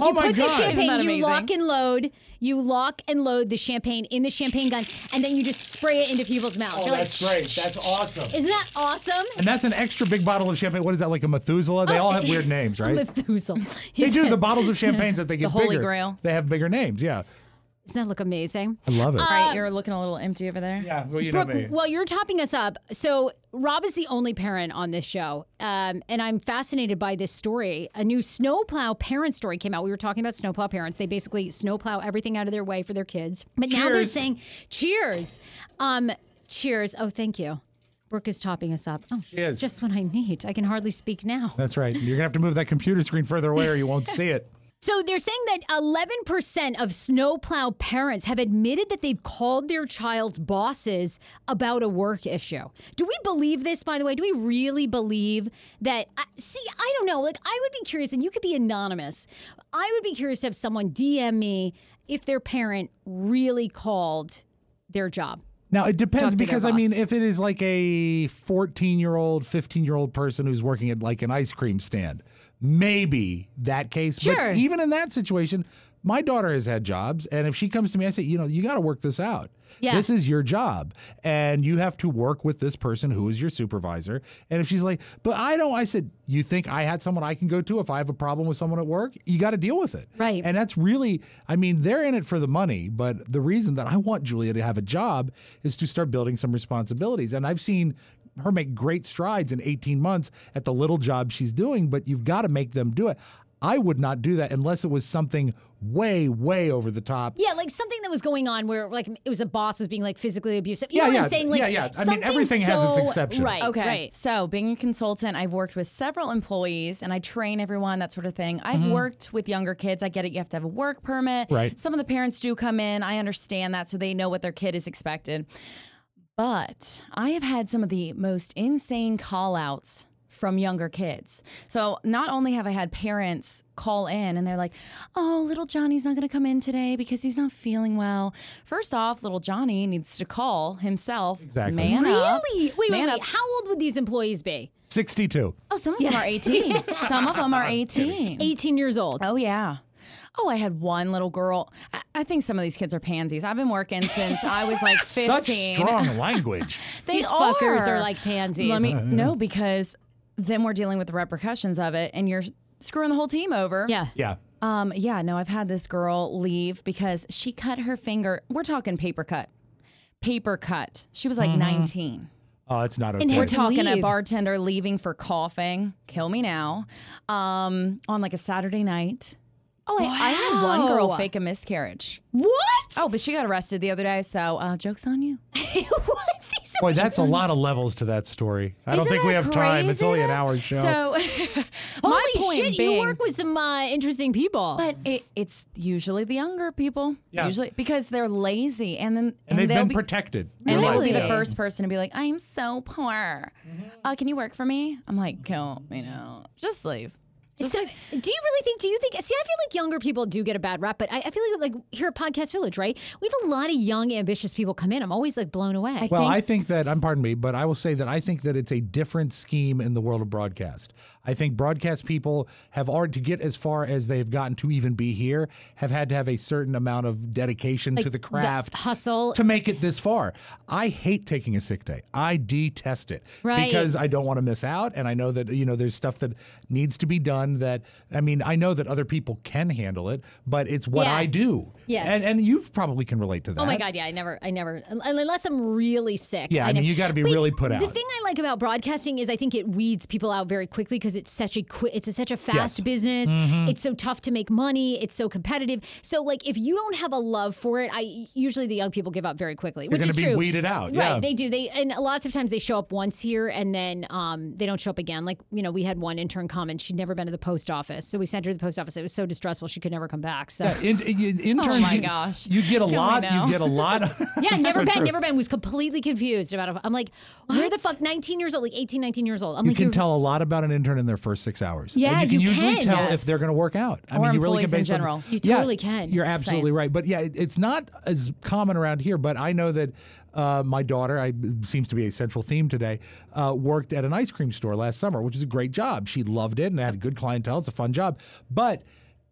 Speaker 2: Oh my god!
Speaker 1: Put the
Speaker 6: Isn't that
Speaker 1: champagne. You
Speaker 6: amazing?
Speaker 1: lock and load. You lock and load the champagne in the champagne gun, and then you just spray it into people's mouths. You're like,
Speaker 2: great. Oh, That's awesome.
Speaker 1: Isn't that awesome?
Speaker 2: And that's an extra big bottle of champagne. What is that, like a Methuselah? They all have weird names, right?
Speaker 1: Methuselah.
Speaker 2: They do. The bottles of champagnes that they get
Speaker 6: Holy
Speaker 2: bigger.
Speaker 6: Grail.
Speaker 2: They have bigger names, yeah.
Speaker 1: Doesn't that look amazing?
Speaker 2: I love it.
Speaker 6: right, you're looking a little empty over there.
Speaker 2: yeah, well, you know me.
Speaker 1: Brooke, while you're topping us up, so Rob is the only parent on this show, um, and I'm fascinated by this story. A new snowplow parent story came out. We were talking about snowplow parents. They basically snowplow everything out of their way for their kids, but now they're
Speaker 2: Cheers.
Speaker 1: saying, "Cheers, um, cheers!" Oh, thank you. Brooke is topping us up. Oh,
Speaker 2: is.
Speaker 1: just what I need. I can hardly speak now.
Speaker 2: That's right. You're gonna have to move that computer screen further away, or you won't see it.
Speaker 1: So they're saying that 11% of snowplow parents have admitted that they've called their child's bosses about a work issue. Do we believe this, by the way? Do we really believe that? I see, I don't know. Like, I would be curious, and you could be anonymous. I would be curious to have someone DM me if their parent really called their job.
Speaker 2: Now it depends
Speaker 1: to their
Speaker 2: because I mean,
Speaker 1: boss.
Speaker 2: if it is like a 14 year old, 15 year old person who's working at like an ice cream stand, maybe that case.
Speaker 1: Sure.
Speaker 2: But even in that situation, my daughter has had jobs, and if she comes to me, I say, you know, you got to work this out.
Speaker 1: Yeah.
Speaker 2: This is your job, and you have to work with this person who is your supervisor. And if she's like, but I don't, I said, you think I had someone I can go to if I have a problem with someone at work? You got to deal with it.
Speaker 1: Right.
Speaker 2: And that's really, I mean, they're in it for the money, but the reason that I want Julia to have a job is to start building some responsibilities. And I've seen her make great strides in 18 months at the little job she's doing, but you've got to make them do it. I would not do that unless it was something way, way over the top.
Speaker 1: Yeah, like something that was going on where like it was a boss was being like physically abusive. You
Speaker 2: Yeah,
Speaker 1: know what I'm
Speaker 2: yeah,
Speaker 1: saying? Like,
Speaker 2: yeah, yeah. I mean,
Speaker 1: something
Speaker 2: everything has its
Speaker 1: so-
Speaker 2: exception.
Speaker 1: Right.
Speaker 6: Okay.
Speaker 1: Right.
Speaker 6: So, being a consultant, I've worked with several employees and I train everyone, that sort of thing. I've
Speaker 1: Mm-hmm.
Speaker 6: worked with younger kids. I get it. You have to have a work permit.
Speaker 2: Right.
Speaker 6: Some of the parents do come in. I understand that. So, they know what their kid is expected. But I have had some of the most insane call outs from younger kids. So not only have I had parents call in and they're like, "Oh, little Johnny's not going to come in today because he's not feeling well." First off, little Johnny needs to call himself.
Speaker 2: Exactly.
Speaker 6: Man up.
Speaker 1: Really? Wait, wait,
Speaker 6: Man
Speaker 1: wait.
Speaker 6: up.
Speaker 1: How old would these employees be?
Speaker 2: 62.
Speaker 6: Oh, some of them are 18. Some of them are 18.
Speaker 1: 18 years old.
Speaker 6: Oh, yeah. Oh, I had one little girl. I, I think some of these kids are pansies. I've been working since I was like 15.
Speaker 2: Such strong Uh-huh. language.
Speaker 6: They
Speaker 1: These fuckers are like pansies.
Speaker 6: Let me no, because then we're dealing with the repercussions of it, and you're screwing the whole team over.
Speaker 1: yeah.
Speaker 2: Yeah.
Speaker 6: Um. Yeah. No, I've had this girl leave because she cut her finger. We're talking paper cut, paper cut. She was like
Speaker 2: Mm-hmm.
Speaker 6: 19.
Speaker 2: Oh, it's not okay.
Speaker 1: And
Speaker 6: We're
Speaker 1: to
Speaker 6: talking
Speaker 1: leave.
Speaker 6: a bartender leaving for coughing. Kill me now. Um, on like a Saturday night. Oh, I, I had one girl
Speaker 1: Wow.
Speaker 6: fake a miscarriage.
Speaker 1: What?
Speaker 6: Oh, but she got arrested the other day. So uh, jokes on you.
Speaker 1: what? These
Speaker 2: Boy, that's a lot of levels to that story. I don't
Speaker 6: Isn't
Speaker 2: think we
Speaker 6: that
Speaker 2: have time. It's
Speaker 6: crazy,
Speaker 2: only an
Speaker 6: though?
Speaker 2: hour show.
Speaker 6: So, my
Speaker 1: Holy
Speaker 6: point
Speaker 1: shit, you
Speaker 6: being-
Speaker 1: work with some uh, interesting people.
Speaker 6: But it, it's usually the younger people,
Speaker 2: Yeah.
Speaker 6: usually because they're lazy, and then
Speaker 2: and they've
Speaker 6: they'll
Speaker 2: been
Speaker 6: be,
Speaker 2: protected.
Speaker 6: and
Speaker 2: You're
Speaker 6: they'll be
Speaker 2: right.
Speaker 6: the
Speaker 1: Really?
Speaker 6: first person to be like, "I'm so poor.
Speaker 1: Mm-hmm.
Speaker 6: Uh, can you work for me?" I'm like, "Go, you know, just leave." Just
Speaker 1: so,
Speaker 6: leave."
Speaker 1: do you really think? Do you think? See, I feel like younger people do get a bad rap, but I, I feel like like here at Podcast Village, right? We have a lot of young, ambitious people come in. I'm always like blown away.
Speaker 2: Well, I think that I'm pardon me, but I will say that I think that it's a different scheme in the world of broadcast. I think broadcast people have already to get as far as they've gotten to even be here, have had to have a certain amount of dedication to the craft.
Speaker 1: hustle.
Speaker 2: to make it this far. I hate taking a sick day. I detest it
Speaker 1: Right.
Speaker 2: because I don't want to miss out, and I know that you know there's stuff that needs to be done. That I mean, I know that other people can handle it, but it's what
Speaker 1: Yeah.
Speaker 2: I do.
Speaker 1: Yeah.
Speaker 2: and and you probably can relate to that.
Speaker 1: Oh my god, yeah, I never, I never, un- unless I'm really sick.
Speaker 2: Yeah, I mean,
Speaker 1: ne-
Speaker 2: you gotta be really put
Speaker 1: The
Speaker 2: out.
Speaker 1: thing I like about broadcasting is I think it weeds people out very quickly because it's such a qui- it's a, such a fast
Speaker 2: Yes. Mm-hmm.
Speaker 1: business. It's so tough to make money. It's so competitive. So like, if you don't have a love for it, I usually the young people give up very quickly, which
Speaker 2: gonna
Speaker 1: is
Speaker 2: be
Speaker 1: true.
Speaker 2: weeded out,
Speaker 1: right?
Speaker 2: yeah.
Speaker 1: They do. They and lots of times they show up once here and then um, they don't show up again. Like you know, we had one intern come and she'd never been to the post office, so we sent her to the post office. It was so distressful she could never come back. So.
Speaker 2: In, in, in- interns,
Speaker 6: my
Speaker 2: you-
Speaker 6: gosh.
Speaker 2: you get a
Speaker 6: Can we
Speaker 2: lot.
Speaker 6: now?
Speaker 2: You get a lot. Of,
Speaker 1: Yeah,
Speaker 2: It's
Speaker 1: never
Speaker 2: so
Speaker 1: been,
Speaker 2: true.
Speaker 1: never been. Was completely confused about it. I'm like, where the fuck? 19 years old, like 18, 19 years old. I'm
Speaker 2: You
Speaker 1: like,
Speaker 2: can
Speaker 1: you're-
Speaker 2: tell a lot about an intern in their first six hours.
Speaker 1: Yeah,
Speaker 2: and you can
Speaker 1: you
Speaker 2: usually
Speaker 1: can,
Speaker 2: tell
Speaker 6: yes.
Speaker 2: if they're going to work out. I
Speaker 6: Or
Speaker 2: mean, you really can
Speaker 6: employees in
Speaker 2: based on-
Speaker 6: general.
Speaker 1: You
Speaker 2: Yeah,
Speaker 1: totally can.
Speaker 2: You're absolutely
Speaker 6: Same.
Speaker 2: right. But yeah, it, it's not as common around here. But I know that uh, my daughter, I seems to be a central theme today, uh, worked at an ice cream store last summer, which is a great job. She loved it and had good clientele. It's a fun job, but.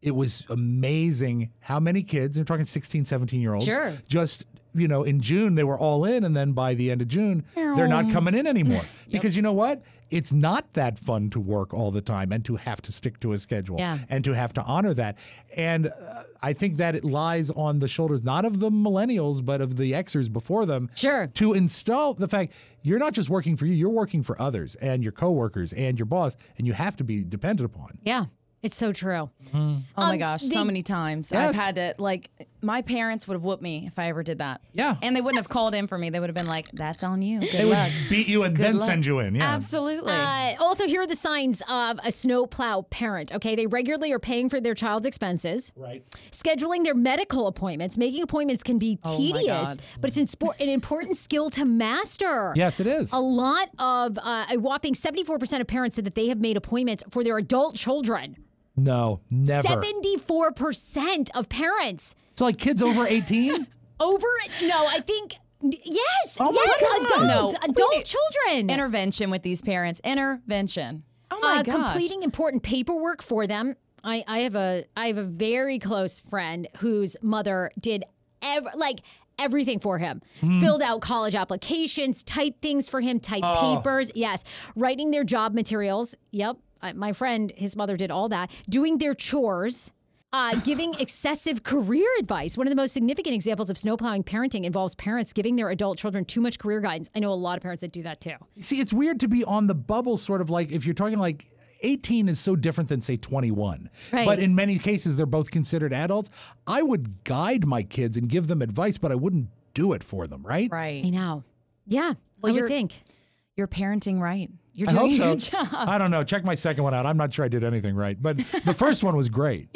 Speaker 2: it was amazing how many kids, we're talking 16, 17 year olds,
Speaker 6: Sure.
Speaker 2: just, you know, in June they were all in. And then by the end of June, they're not coming in anymore. Because you know what? It's not that fun to work all the time and to have to stick to a schedule
Speaker 1: Yeah.
Speaker 2: and to have to honor that. And uh, I think that it lies on the shoulders, not of the millennials, but of the Xers before them
Speaker 1: Sure.
Speaker 2: to install the fact you're not just working for you, you're working for others and your coworkers and your boss, and you have to be depended upon.
Speaker 1: Yeah, it's so true.
Speaker 2: Mm-hmm.
Speaker 6: Oh
Speaker 1: Um,
Speaker 6: my gosh, so many times.
Speaker 2: Yes.
Speaker 6: I've had to, like, my parents would have whooped me if I ever did that.
Speaker 2: Yeah.
Speaker 6: And they wouldn't have called in for me. They would have been like, that's on you. Good
Speaker 2: They
Speaker 6: luck.
Speaker 2: would beat you and then
Speaker 6: luck.
Speaker 2: send you in. Yeah.
Speaker 6: Absolutely.
Speaker 1: Uh, also, here are the signs of a snowplow parent. Okay, they regularly are paying for their child's expenses,
Speaker 2: Right.
Speaker 1: scheduling their medical appointments. Making appointments can be
Speaker 2: Oh
Speaker 6: my
Speaker 1: tedious,
Speaker 6: God.
Speaker 1: but it's an, sport, an important skill to master.
Speaker 2: Yes, it is.
Speaker 1: A lot of uh, a whopping 74% of parents said that they have made appointments for their adult children.
Speaker 2: No, never.
Speaker 1: 74% of parents
Speaker 2: So like kids over 18?
Speaker 1: over no, I think yes,
Speaker 2: Oh my
Speaker 1: yes,
Speaker 2: God.
Speaker 1: adults,
Speaker 6: No.
Speaker 1: adult children.
Speaker 6: Intervention with these parents. Intervention. Oh my
Speaker 1: uh,
Speaker 6: gosh.
Speaker 1: completing important paperwork for them. I, I have a I have a very close friend whose mother did ever like everything for him.
Speaker 6: Hmm.
Speaker 1: Filled out college applications, typed things for him, typed
Speaker 6: Oh.
Speaker 1: papers. Yes, writing their job materials. Yep, I, my friend, his mother did all that. Doing their chores. Uh, giving excessive career advice. One of the most significant examples of snowplowing parenting involves parents giving their adult children too much career guidance. I know a lot of parents that do that too.
Speaker 2: See, it's weird to be on the bubble, sort of like if you're talking like 18 is so different than, say, 21.
Speaker 1: Right.
Speaker 2: But in many cases, they're both considered adults. I would guide my kids and give them advice, but I wouldn't do it for them, right?
Speaker 1: I
Speaker 6: Right.
Speaker 1: know. Yeah.
Speaker 6: Well,
Speaker 1: I would
Speaker 6: you're-
Speaker 1: think.
Speaker 6: You're parenting right. You're
Speaker 2: I
Speaker 6: doing
Speaker 2: hope so.
Speaker 6: your job.
Speaker 2: I don't know. Check my second one out. I'm not sure I did anything right, but the first one was great.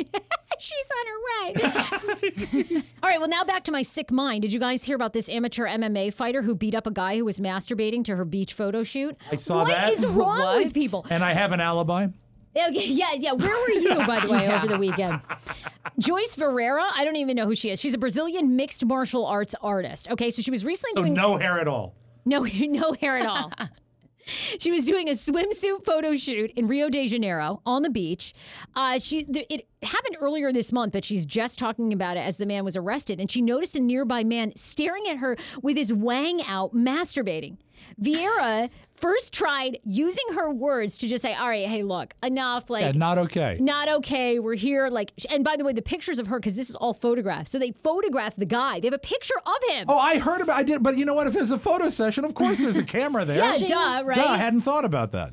Speaker 1: She's on her way. All right, well, now back to my sick mind. Did you guys hear about this amateur MMA fighter who beat up a guy who was masturbating to her beach photo shoot?
Speaker 2: I saw that.
Speaker 1: What is wrong with
Speaker 6: What?
Speaker 1: people?
Speaker 2: And I have an alibi.
Speaker 1: Okay, yeah, yeah. Where were you, by the way, over the weekend? Joyce Ferreira, I don't even know who she is. She's a Brazilian mixed martial arts artist. Okay, so she was recently
Speaker 2: So
Speaker 1: doing
Speaker 2: no hair at all.
Speaker 1: No, no hair at all. she was doing a swimsuit photo shoot in Rio de Janeiro on the beach. Uh, she th- it happened earlier this month, but she's just talking about it as the man was arrested, and she noticed a nearby man staring at her with his wang out, masturbating. Vieira first tried using her words to just say, "All right, hey, look, enough, like."
Speaker 2: Yeah, not okay.
Speaker 1: not okay. We're here. Like, sh- and by the way, the pictures of her, because this is all photographs. So they photographed the guy. They have a picture of him.
Speaker 2: Oh, I heard about. I did, but you know what? If it's a photo session, of course there's a camera there.
Speaker 1: Yeah, duh, right?
Speaker 2: Duh, I hadn't thought about that.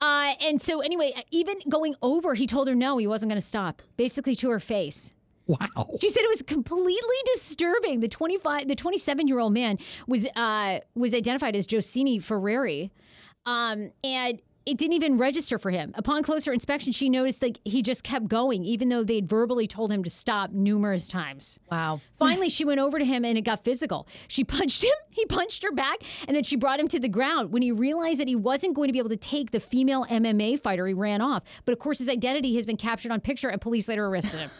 Speaker 1: Uh, and so, anyway, even going over, he told her no, he wasn't going to stop, basically to her face.
Speaker 2: Wow.
Speaker 1: She said it was completely disturbing. The twenty-five, the twenty-seven-year-old man was uh, was identified as Josini Ferrari, um, and it didn't even register for him. Upon closer inspection, she noticed that he just kept going, even though they'd verbally told him to stop numerous times.
Speaker 6: Wow.
Speaker 1: Finally, she went over to him and it got physical. She punched him, he punched her back, and then she brought him to the ground. When he realized that he wasn't going to be able to take the female MMA fighter, he ran off. But of course, his identity has been captured on picture and police later arrested him.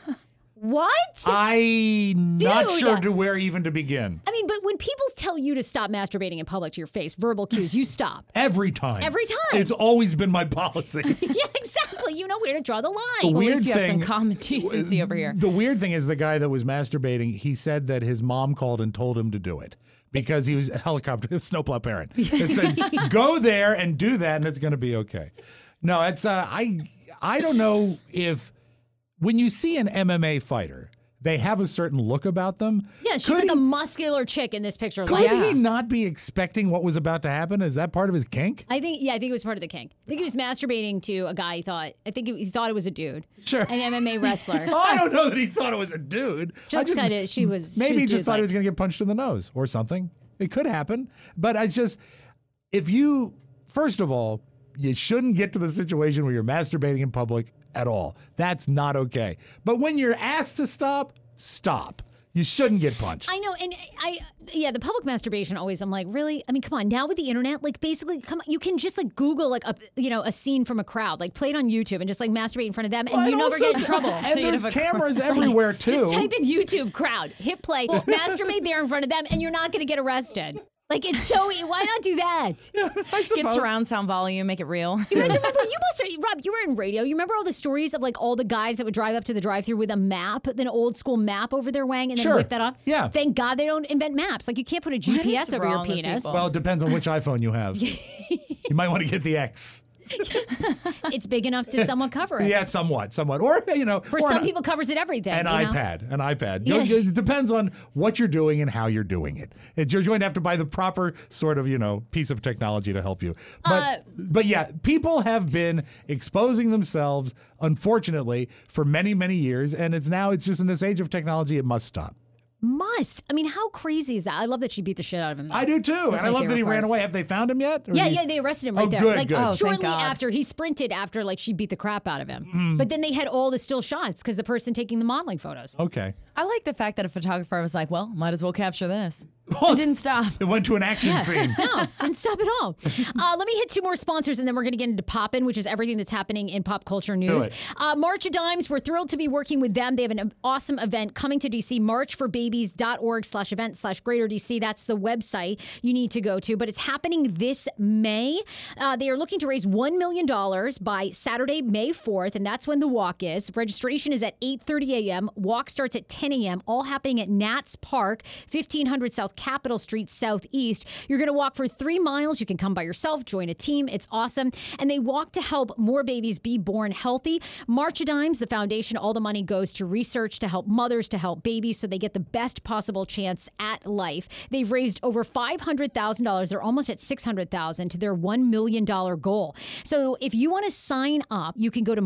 Speaker 1: what?
Speaker 2: I'm not
Speaker 1: Dude.
Speaker 2: sure to where even to begin.
Speaker 1: I mean, but when people tell you to stop masturbating in public to your face, verbal cues, you stop.
Speaker 2: Every time.
Speaker 1: Every time.
Speaker 2: It's always been my policy.
Speaker 1: yeah, exactly. You know where to draw the line.
Speaker 2: The
Speaker 6: At
Speaker 2: weird
Speaker 6: least you have some
Speaker 2: thing-
Speaker 6: common decency over here.
Speaker 2: The weird thing is the guy that was masturbating, he said that his mom called and told him to do it because he was a helicopter snowplow parent. It said, go there and do that and it's going to be okay. No, it's uh, I I don't know if when you see an MMA fighter, they have a certain look about them.
Speaker 1: Yeah, she's
Speaker 2: Could
Speaker 1: like a
Speaker 2: he-
Speaker 1: muscular chick in this picture.
Speaker 2: Could
Speaker 1: Like,
Speaker 2: he not be expecting what was about to happen? Is that part of his kink?
Speaker 1: I think yeah, I think it was part of the kink. I think he was masturbating to a guy. He thought I think he, he thought it was a dude,
Speaker 2: Sure.
Speaker 1: an MMA wrestler.
Speaker 2: Oh, I don't know that he thought it was a dude. I
Speaker 1: Jokes
Speaker 2: just-
Speaker 1: kind of she was she
Speaker 2: Maybe he
Speaker 1: was
Speaker 2: just thought
Speaker 1: dude-like.
Speaker 2: he was going to get punched in the nose or something. It could happen. But it's just, if you, first of all, you shouldn't get to the situation where you're masturbating in public at all. That's not okay. But when you're asked to stop, stop. You shouldn't get punched.
Speaker 1: I know, and I yeah, the public masturbation always. I'm like, really? I mean, come on. Now with the internet, like basically, come on, you can just like Google like a you know a scene from a crowd, like play it on YouTube, and just like masturbate in front of them, and
Speaker 2: Well,
Speaker 1: you
Speaker 2: and
Speaker 1: never
Speaker 2: also-
Speaker 1: get in trouble.
Speaker 2: And there's cameras everywhere too.
Speaker 1: Just type in YouTube crowd, hit play, masturbate there in front of them, and you're not going to get arrested. Like it's so. e-, why not do that?
Speaker 6: Get surround sound volume, make it real.
Speaker 1: You guys remember? You must, Rob. You were in radio. You remember all the stories of like all the guys that would drive up to the drive-through with a map, an old school map over their wang, and then
Speaker 2: Sure.
Speaker 1: whip that on.
Speaker 2: Yeah.
Speaker 1: Thank God they don't invent maps. Like you can't put a
Speaker 6: is
Speaker 1: GPS over your
Speaker 6: wrong with
Speaker 1: penis.
Speaker 6: people?
Speaker 2: Well, it depends on which iPhone you have. you might want to get the X.
Speaker 1: It's big enough to somewhat cover it.
Speaker 2: Yeah, somewhat, somewhat. Or, you know,
Speaker 1: For
Speaker 2: or
Speaker 1: some
Speaker 2: an-
Speaker 1: people, covers it everything.
Speaker 2: An
Speaker 1: you know?
Speaker 2: iPad, an iPad.
Speaker 1: Yeah.
Speaker 2: You'll- It depends on what you're doing and how you're doing it. And You're going to have to buy the proper sort of, you know, piece of technology to help you. But,
Speaker 1: Uh,
Speaker 2: but yeah, people have been exposing themselves, unfortunately, for many, many years. And it's now, it's just in this age of technology, it must stop.
Speaker 1: Must. I mean, how crazy is that? I love that she beat the shit out of him. though.
Speaker 2: I do too. And
Speaker 1: my
Speaker 2: I love that
Speaker 1: favorite
Speaker 2: he ran
Speaker 1: part.
Speaker 2: away. Have they found him yet? Or
Speaker 1: Yeah,
Speaker 2: he-
Speaker 1: yeah, they arrested him
Speaker 2: Oh,
Speaker 1: right there.
Speaker 2: good,
Speaker 1: like
Speaker 2: good. Oh,
Speaker 6: thank
Speaker 1: shortly
Speaker 6: God.
Speaker 1: after he sprinted after like she beat the crap out of him.
Speaker 2: Mm-hmm.
Speaker 1: But then they had all the still shots because the person taking the modeling photos.
Speaker 2: Okay.
Speaker 6: I like the fact that a photographer was like, well, might as well capture this. It didn't stop.
Speaker 2: It went to an action scene.
Speaker 1: No, didn't stop at all. Uh, let me hit two more sponsors and then we're going to get into Poppin', which is everything that's happening in pop culture news.
Speaker 2: it.
Speaker 1: Uh, March of Dimes, we're thrilled to be working with them. They have an awesome event coming to DC, marchforbabies.org slash event slash greater DC. That's the website you need to go to, but it's happening this May. Uh, they are looking to raise $1 million by Saturday, May 4th, and that's when the walk is. Registration is at 8.30 a.m. Walk starts at 10 a.m., all happening at Nats Park, 1500 South Capitol Street, Southeast. You're going to walk for three miles. You can come by yourself, join a team. It's awesome. And they walk to help more babies be born healthy. March of Dimes, the foundation, all the money goes to research to help mothers, to help babies, so they get the best possible chance at life. They've raised over $500,000. They're almost at 600000 to their $1 million goal. So if you want to sign up, you can go to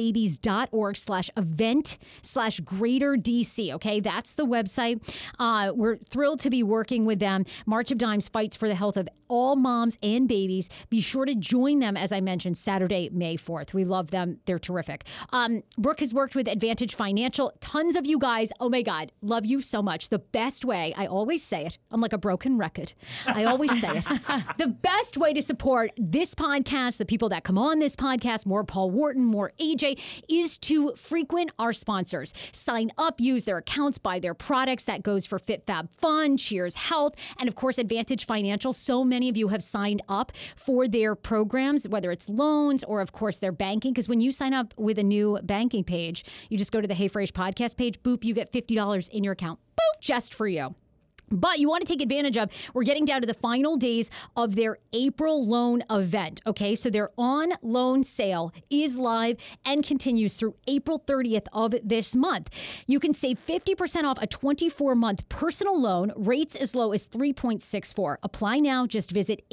Speaker 1: marchforbabies.org slash event slash greater DC. Okay, that's the website. Uh, we're thrilled to be working with them. March of Dimes fights for the health of all moms and babies. Be sure to join them, as I mentioned, Saturday, May 4th. We love them. They're terrific. Um, Brooke has worked with Advantage Financial. Tons of you guys, oh my God, love you so much. The best way, I always say it, I'm like a broken record. I always say it. The best way to support this podcast, the people that come on this podcast, more Paul Wharton, more AJ, is to frequent our sponsors. Sign up, use their accounts, buy their products. That goes for Fit Fab Fun, Cheers Health, and of course, Advantage Financial. So many of you have signed up for their programs, whether it's loans or, of course, their banking. Because when you sign up with a new banking page, you just go to the Hey Fresh podcast page, boop, you get $50 in your account, boop, just for you. But you want to take advantage of, we're getting down to the final days of their April loan event. Okay, so their on loan sale is live and continues through April 30th of this month. You can save 50% off a 24 month personal loan, rates as low as 3.64. Apply now. Just visit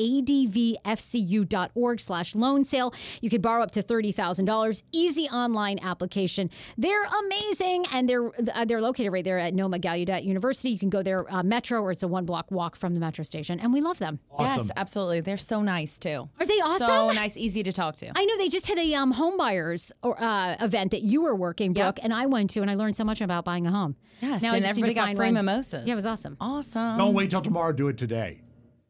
Speaker 1: advfcu.org slash loan sale. You can borrow up to $30,000. Easy online application. They're amazing, and they're uh, they're located right there at Noma Gallaudet University. You can go there uh, metro, or it's a one block walk from the metro station, and we love them.
Speaker 6: Yes, absolutely. They're so nice too.
Speaker 1: Are they
Speaker 6: So
Speaker 1: awesome?
Speaker 6: nice, easy to talk to.
Speaker 1: I know they just had a um, home buyers or, uh, event that you were working, Brooke, and I went to, and I learned so much about buying a home.
Speaker 6: Yes,
Speaker 1: now I
Speaker 6: and
Speaker 1: just need to
Speaker 6: everybody got
Speaker 1: find
Speaker 6: free
Speaker 1: one.
Speaker 6: mimosas.
Speaker 1: Yeah, it was awesome.
Speaker 6: awesome.
Speaker 2: Don't wait till tomorrow. Do it today.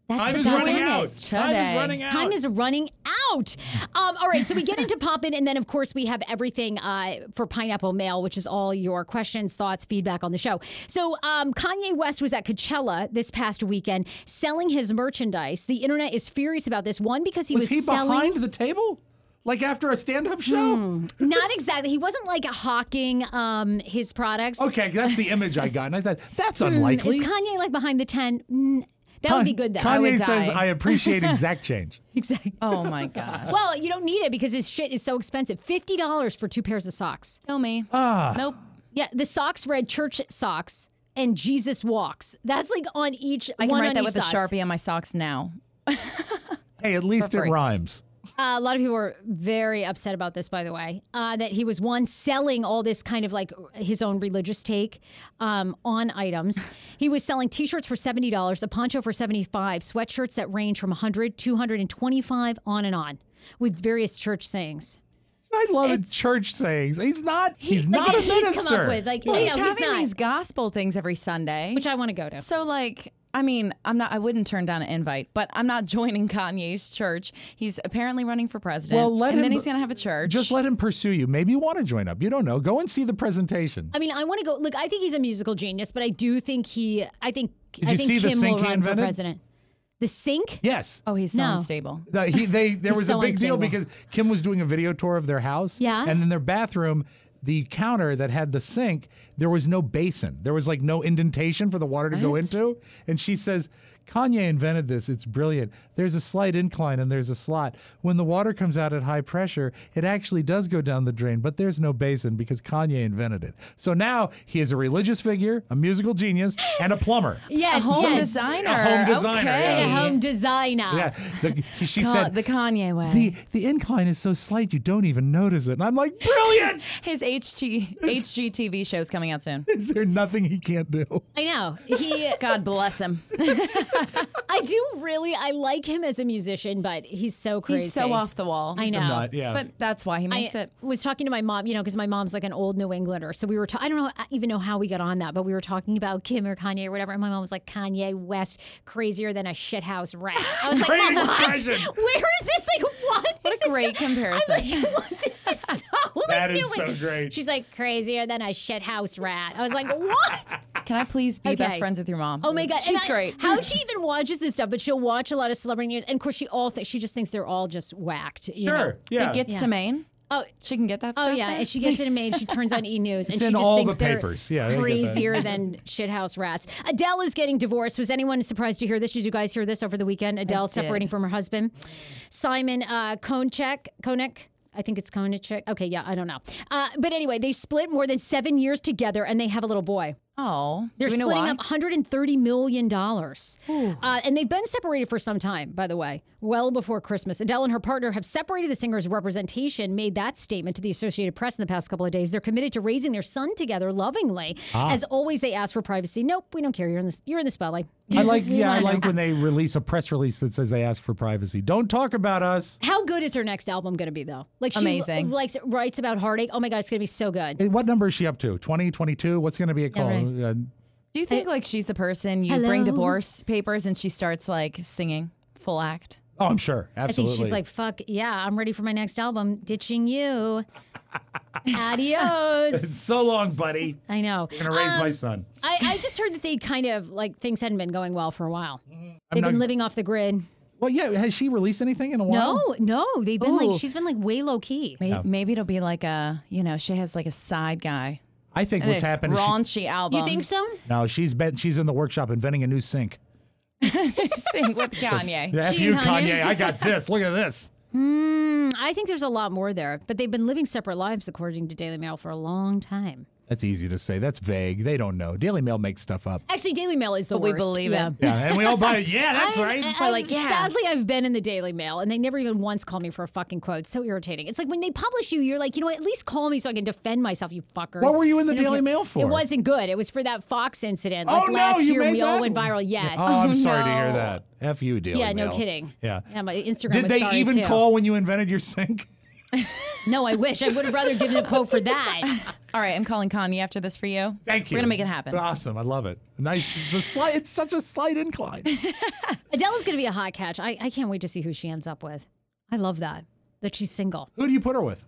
Speaker 1: That's
Speaker 2: Time
Speaker 1: the
Speaker 2: is
Speaker 1: time
Speaker 2: running
Speaker 1: limit.
Speaker 2: out. Time is
Speaker 6: today.
Speaker 2: running out.
Speaker 1: Time is running out. Um, all right, so we get into pop in, and then of course we have everything uh, for Pineapple Mail, which is all your questions, thoughts, feedback on the show. So um, Kanye West was at Coachella this past weekend selling his merchandise. The internet is furious about this. One because he was,
Speaker 2: was he
Speaker 1: selling. Hmm.
Speaker 2: behind the table? Like after a stand up show?
Speaker 1: Not exactly. He wasn't like hawking um, his products.
Speaker 2: Okay, that's the image I got. And I thought, that's unlikely.
Speaker 1: Hmm, Is Kanye like behind the tent? Mm, that would be good though.
Speaker 6: would
Speaker 2: Kanye says,
Speaker 6: die.
Speaker 2: I appreciate exact change.
Speaker 1: exactly.
Speaker 6: Oh my gosh.
Speaker 1: Well, you don't need it because his shit is so expensive. Fifty dollars for two pairs of socks.
Speaker 6: Kill me.
Speaker 2: Ah.
Speaker 6: nope.
Speaker 1: Yeah, the socks read church socks and Jesus walks. That's like on each.
Speaker 6: I can
Speaker 1: one
Speaker 6: write
Speaker 1: on
Speaker 6: that
Speaker 1: each
Speaker 6: with a
Speaker 1: socks.
Speaker 6: sharpie on my socks now.
Speaker 2: Hey, at least it
Speaker 6: free.
Speaker 2: rhymes.
Speaker 1: Uh, a lot of people are very upset about this, by the way, uh, that he was one selling all this kind of like his own religious take um, on items. he was selling T-shirts for seventy dollars, a poncho for seventy-five, sweatshirts that range from 100 200 and 25 on and on, with various church sayings.
Speaker 2: I love it. Church sayings. He's not. He's
Speaker 1: Like
Speaker 2: not
Speaker 1: that
Speaker 2: a
Speaker 1: he's
Speaker 2: minister.
Speaker 1: come up with, like
Speaker 6: he's
Speaker 1: you know, he's
Speaker 6: having
Speaker 1: not,
Speaker 6: these gospel things every Sunday.
Speaker 1: which I want to go to.
Speaker 6: so like, I mean, I'm not. I wouldn't turn down an invite, but I'm not joining Kanye's church. He's apparently running for president.
Speaker 2: Well, let
Speaker 6: and then
Speaker 2: him-
Speaker 6: he's gonna have a church.
Speaker 2: Just let him pursue you. Maybe you want to join up. You don't know. Go and see the presentation.
Speaker 1: I mean, I want to go. Look, I think he's a musical genius, but I do think he. I think.
Speaker 2: Did
Speaker 1: I
Speaker 2: you
Speaker 1: think
Speaker 2: see the
Speaker 1: Kim
Speaker 2: sink
Speaker 1: will
Speaker 2: he
Speaker 1: run for
Speaker 2: invented?
Speaker 1: president. The sink?
Speaker 2: Yes.
Speaker 6: Oh, he's so
Speaker 1: No.
Speaker 6: unstable.
Speaker 2: The- he, they, there
Speaker 1: He's
Speaker 2: was
Speaker 1: so
Speaker 2: a big
Speaker 1: unstable.
Speaker 2: deal because Kim was doing a video tour of their house.
Speaker 1: Yeah.
Speaker 2: And in their bathroom, the counter that had the sink, there was no basin. There was like no indentation for the water to go into. And she says, Kanye invented this. It's brilliant. There's a slight incline and there's a slot. When the water comes out at high pressure, it actually does go down the drain, but there's no basin because Kanye invented it. So now he is a religious figure, a musical genius, and a plumber.
Speaker 1: Yes,
Speaker 6: A home
Speaker 1: yes.
Speaker 6: designer.
Speaker 2: A home designer,
Speaker 6: Okay.
Speaker 1: A home designer.
Speaker 2: Yeah. The, she
Speaker 6: Ca-
Speaker 2: said,
Speaker 6: Uh, the Kanye way.
Speaker 2: The the incline is so slight you don't even notice it. And I'm like, brilliant!
Speaker 6: His HT, HGTV show is coming out soon.
Speaker 2: is there nothing he can't do?
Speaker 1: I know. He
Speaker 6: God bless him.
Speaker 1: I do really I like him as a musician, but he's so crazy.
Speaker 6: He's so off the wall.
Speaker 1: I know.
Speaker 2: nut, yeah.
Speaker 6: But that's why he
Speaker 1: I
Speaker 6: makes it.
Speaker 1: was talking to my mom, you know, because my mom's like an old New Englander. So we were, ta- I don't know, I even know how we got on that, but we were talking about Kim or Kanye or whatever. And my mom was like, Kanye West, crazier than a shithouse rat. I was like,
Speaker 2: Great
Speaker 1: what?
Speaker 2: expression.
Speaker 1: Where is this? Like, what? What
Speaker 6: a great comparison.
Speaker 1: I'm like, what? This is so like,
Speaker 2: That is
Speaker 1: new
Speaker 2: so
Speaker 1: and-
Speaker 2: great.
Speaker 1: She's like, crazier than a shithouse rat. I was like, what?
Speaker 6: Can I please be best
Speaker 1: Okay.
Speaker 6: friends with your mom?
Speaker 1: Oh my god, And
Speaker 6: she's
Speaker 1: I-
Speaker 6: great.
Speaker 1: How she even watches this stuff, but she'll watch a lot of celebrity news, and of course she all th- she just thinks they're all just whacked. you know?
Speaker 2: Sure. Yeah.
Speaker 6: It gets
Speaker 1: Yeah.
Speaker 6: to Maine.
Speaker 1: Oh,
Speaker 6: She can get that
Speaker 1: Oh
Speaker 6: stuff
Speaker 1: yeah,
Speaker 6: there?
Speaker 1: and she gets it in Maine. She turns on E News, and
Speaker 2: It's
Speaker 1: she
Speaker 2: in
Speaker 1: just
Speaker 2: all
Speaker 1: thinks
Speaker 2: the
Speaker 1: they're
Speaker 2: papers. Yeah, I get that.
Speaker 1: crazier than shithouse rats. Adele is getting divorced. Was anyone surprised to hear this? Did you guys hear this over the weekend? Adele separating from her husband, Simon uh, Konchek. Konek. I think it's Konechek. Okay, yeah, I don't know. Uh, but anyway, they split more than seven years together, and they have a little boy.
Speaker 6: Oh.
Speaker 1: They're
Speaker 6: Do we know
Speaker 1: splitting
Speaker 6: why?
Speaker 1: up 130 million dollars, uh, and they've been separated for some time, by the way, well before Christmas. Adele and her partner have separated. The singer's representation made that statement to the Associated Press in the past couple of days. They're committed to raising their son together lovingly.
Speaker 6: Ah.
Speaker 1: As always, they ask for privacy. Nope, we don't care. You're in the you're in the spotlight.
Speaker 2: I like yeah, I like when they release a press release that says they ask for privacy. Don't talk about us.
Speaker 1: How good is her next album going to be though? Like she
Speaker 6: Amazing.
Speaker 1: likes writes about heartache. Oh my god, it's going to be so good.
Speaker 2: Hey, What number is she up to? 20, 22? What's going to be a call?
Speaker 1: right.
Speaker 2: Uh,
Speaker 6: Do you think like she's the person you bring divorce papers and she starts like singing full act?
Speaker 2: oh, I'm sure.
Speaker 1: I think
Speaker 2: Absolutely.
Speaker 1: she's like, "Fuck yeah, I'm ready for my next album. Ditching you. Adios."
Speaker 2: so long, buddy.
Speaker 1: I know.
Speaker 2: I'm going to raise
Speaker 1: Um,
Speaker 2: my son.
Speaker 1: I, I just heard that they kind of like things hadn't been going well for a while. They've
Speaker 2: not-
Speaker 1: been living off the grid.
Speaker 2: Well, yeah, has she released anything in a while?
Speaker 1: No, no, they've been
Speaker 6: Ooh.
Speaker 1: like she's been like way low key.
Speaker 6: Maybe, maybe it'll be like a, you know, she has like a side guy.
Speaker 2: I think what's
Speaker 1: Uh,
Speaker 6: Like,
Speaker 2: happened is she,
Speaker 6: Raunchy album.
Speaker 1: You think so?
Speaker 2: No, she's been she's in the workshop inventing a new sink.
Speaker 6: Sing with Kanye.
Speaker 2: F
Speaker 1: She
Speaker 2: you,
Speaker 1: and Kanye.
Speaker 2: Kanye. I got this. Look at this.
Speaker 1: Mm, I think there's a lot more there, but they've been living separate lives according to Daily Mail for a long time.
Speaker 2: That's easy to say. That's vague. They don't know. Daily Mail makes stuff up.
Speaker 1: Actually, Daily Mail is the
Speaker 6: But we
Speaker 1: worst.
Speaker 6: believe it.
Speaker 2: Yeah, and we all buy it. Yeah, that's
Speaker 1: I'm-
Speaker 2: right.
Speaker 1: I'm-
Speaker 6: like, yeah.
Speaker 1: Sadly, I've been in the Daily Mail, and they never even once call me for a fucking quote. It's so irritating. It's like when they publish you, you're like, you know, what, at least call me so I can defend myself. You fuckers.
Speaker 2: What were you in the
Speaker 1: don't
Speaker 2: Daily
Speaker 1: care.
Speaker 2: Mail for?
Speaker 1: It wasn't good. It was for that Fox incident.
Speaker 2: Oh,
Speaker 1: Like
Speaker 2: no,
Speaker 1: last
Speaker 2: you
Speaker 1: year,
Speaker 2: made
Speaker 1: we all
Speaker 2: that?
Speaker 1: went viral. Yes.
Speaker 2: Oh, I'm
Speaker 6: Oh,
Speaker 2: sorry to
Speaker 6: no.
Speaker 2: hear that. F you, Daily
Speaker 1: yeah. No
Speaker 2: Mail.
Speaker 1: kidding.
Speaker 2: Yeah.
Speaker 1: Yeah. My Instagram.
Speaker 2: Did
Speaker 1: was
Speaker 2: they
Speaker 1: sorry,
Speaker 2: even
Speaker 1: too.
Speaker 2: call when you invented your sink?
Speaker 1: No, I wish I would have rather given a quote for that.
Speaker 6: All right, I'm calling Kanye after this for you.
Speaker 2: Thank you.
Speaker 6: We're going to make it happen.
Speaker 2: Awesome. I love it. Nice. It's, the slight, it's such a slight incline.
Speaker 1: Adele is going to be a hot catch. I, I can't wait to see who she ends up with. I love that that she's single.
Speaker 2: Who do you put her with?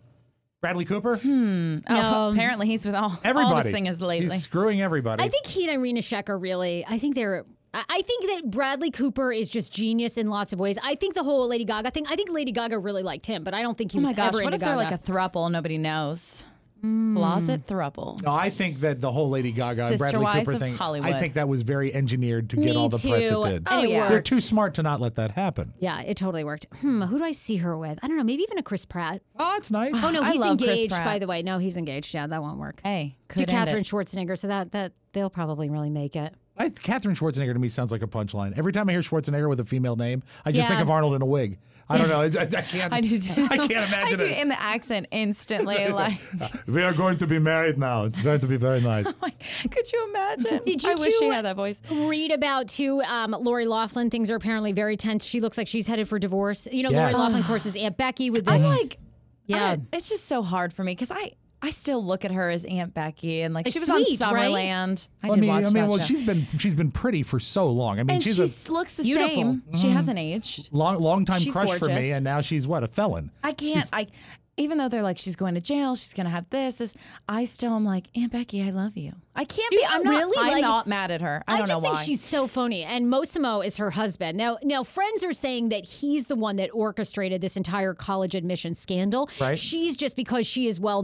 Speaker 2: Bradley Cooper?
Speaker 1: Hmm,
Speaker 6: Oh,
Speaker 1: No.
Speaker 6: apparently he's with all,
Speaker 2: Everybody.
Speaker 6: all the singers lately.
Speaker 2: He's screwing everybody.
Speaker 1: I think he and Irina Shek are really. I think they're. I I think that Bradley Cooper is just genius in lots of ways. I think the whole Lady Gaga thing. I think Lady Gaga really liked him, but I don't think he
Speaker 6: Oh
Speaker 1: was
Speaker 6: my gosh,
Speaker 1: ever
Speaker 6: what
Speaker 1: into
Speaker 6: if they're like
Speaker 1: Gaga.
Speaker 6: a thruple nobody knows? Mm. Closet thruple.
Speaker 2: no, I think that the whole Lady Gaga and
Speaker 6: Sister
Speaker 2: Bradley
Speaker 6: Wives
Speaker 2: Cooper
Speaker 6: of
Speaker 2: thing,
Speaker 6: Hollywood.
Speaker 2: I think that was very engineered to get
Speaker 1: Me
Speaker 2: all the
Speaker 1: too.
Speaker 2: press it did.
Speaker 1: And it
Speaker 6: Oh, yeah.
Speaker 2: They're
Speaker 1: worked.
Speaker 2: too smart to not let that happen.
Speaker 1: yeah, it totally worked. Hmm, who do I see her with? I don't know. Maybe even a Chris Pratt.
Speaker 2: Oh, it's nice.
Speaker 1: Oh no,
Speaker 6: I
Speaker 1: he's
Speaker 6: love Chris
Speaker 1: engaged.
Speaker 6: Pratt.
Speaker 1: By the way, no, he's engaged. Yeah, that won't work.
Speaker 6: Hey,
Speaker 1: to
Speaker 6: could end
Speaker 1: Katherine
Speaker 6: it.
Speaker 1: Schwarzenegger, so that that they'll probably really make it.
Speaker 2: I, Catherine Schwarzenegger to me sounds like a punchline. Every time I hear Schwarzenegger with a female name, I just
Speaker 1: Yeah.
Speaker 2: think of Arnold in a wig. I don't know. I, I can't.
Speaker 6: I do too.
Speaker 2: I can't imagine
Speaker 6: I do
Speaker 2: it.
Speaker 6: in the accent instantly. like,
Speaker 2: we are going to be married now. It's going to be very nice.
Speaker 6: like, could you imagine?
Speaker 1: Did
Speaker 6: I
Speaker 1: you
Speaker 6: wish she
Speaker 1: two-
Speaker 6: had that voice.
Speaker 1: read about too. Um, Lori Laughlin, things are apparently very tense. She looks like she's headed for divorce. You know, Lori
Speaker 2: Yes.
Speaker 1: Laughlin, of course, is Aunt Becky with the.
Speaker 6: I'm like,
Speaker 1: yeah.
Speaker 6: I- it's just so hard for me because I, I still look at her as Aunt Becky and like
Speaker 1: It's
Speaker 6: she was
Speaker 1: sweet,
Speaker 6: on
Speaker 1: right?
Speaker 6: Summerland. I
Speaker 2: I
Speaker 6: did
Speaker 2: mean,
Speaker 6: watch
Speaker 2: I mean,
Speaker 6: that
Speaker 2: well,
Speaker 6: show.
Speaker 2: she's been she's been pretty for so long. I mean,
Speaker 6: and she
Speaker 2: she's a Mm-hmm.
Speaker 6: looks the
Speaker 1: Beautiful.
Speaker 6: same. She hasn't aged.
Speaker 2: long long time
Speaker 6: she's
Speaker 2: crush for
Speaker 6: gorgeous.
Speaker 2: me, and now she's what a felon.
Speaker 6: I can't. I even though they're like, she's going to jail, she's going to have this, this, I still am like, Aunt Becky, I love you. I can't be.
Speaker 1: you
Speaker 6: I'm not,
Speaker 1: really?
Speaker 6: I'm
Speaker 1: Like-
Speaker 6: not mad at her. I don't
Speaker 1: just
Speaker 6: know
Speaker 1: think
Speaker 6: why.
Speaker 1: she's so phony. And Mosimo is her husband. Now, now friends are saying that he's the one that orchestrated this entire college admission scandal.
Speaker 2: Right.
Speaker 1: She's just because she is well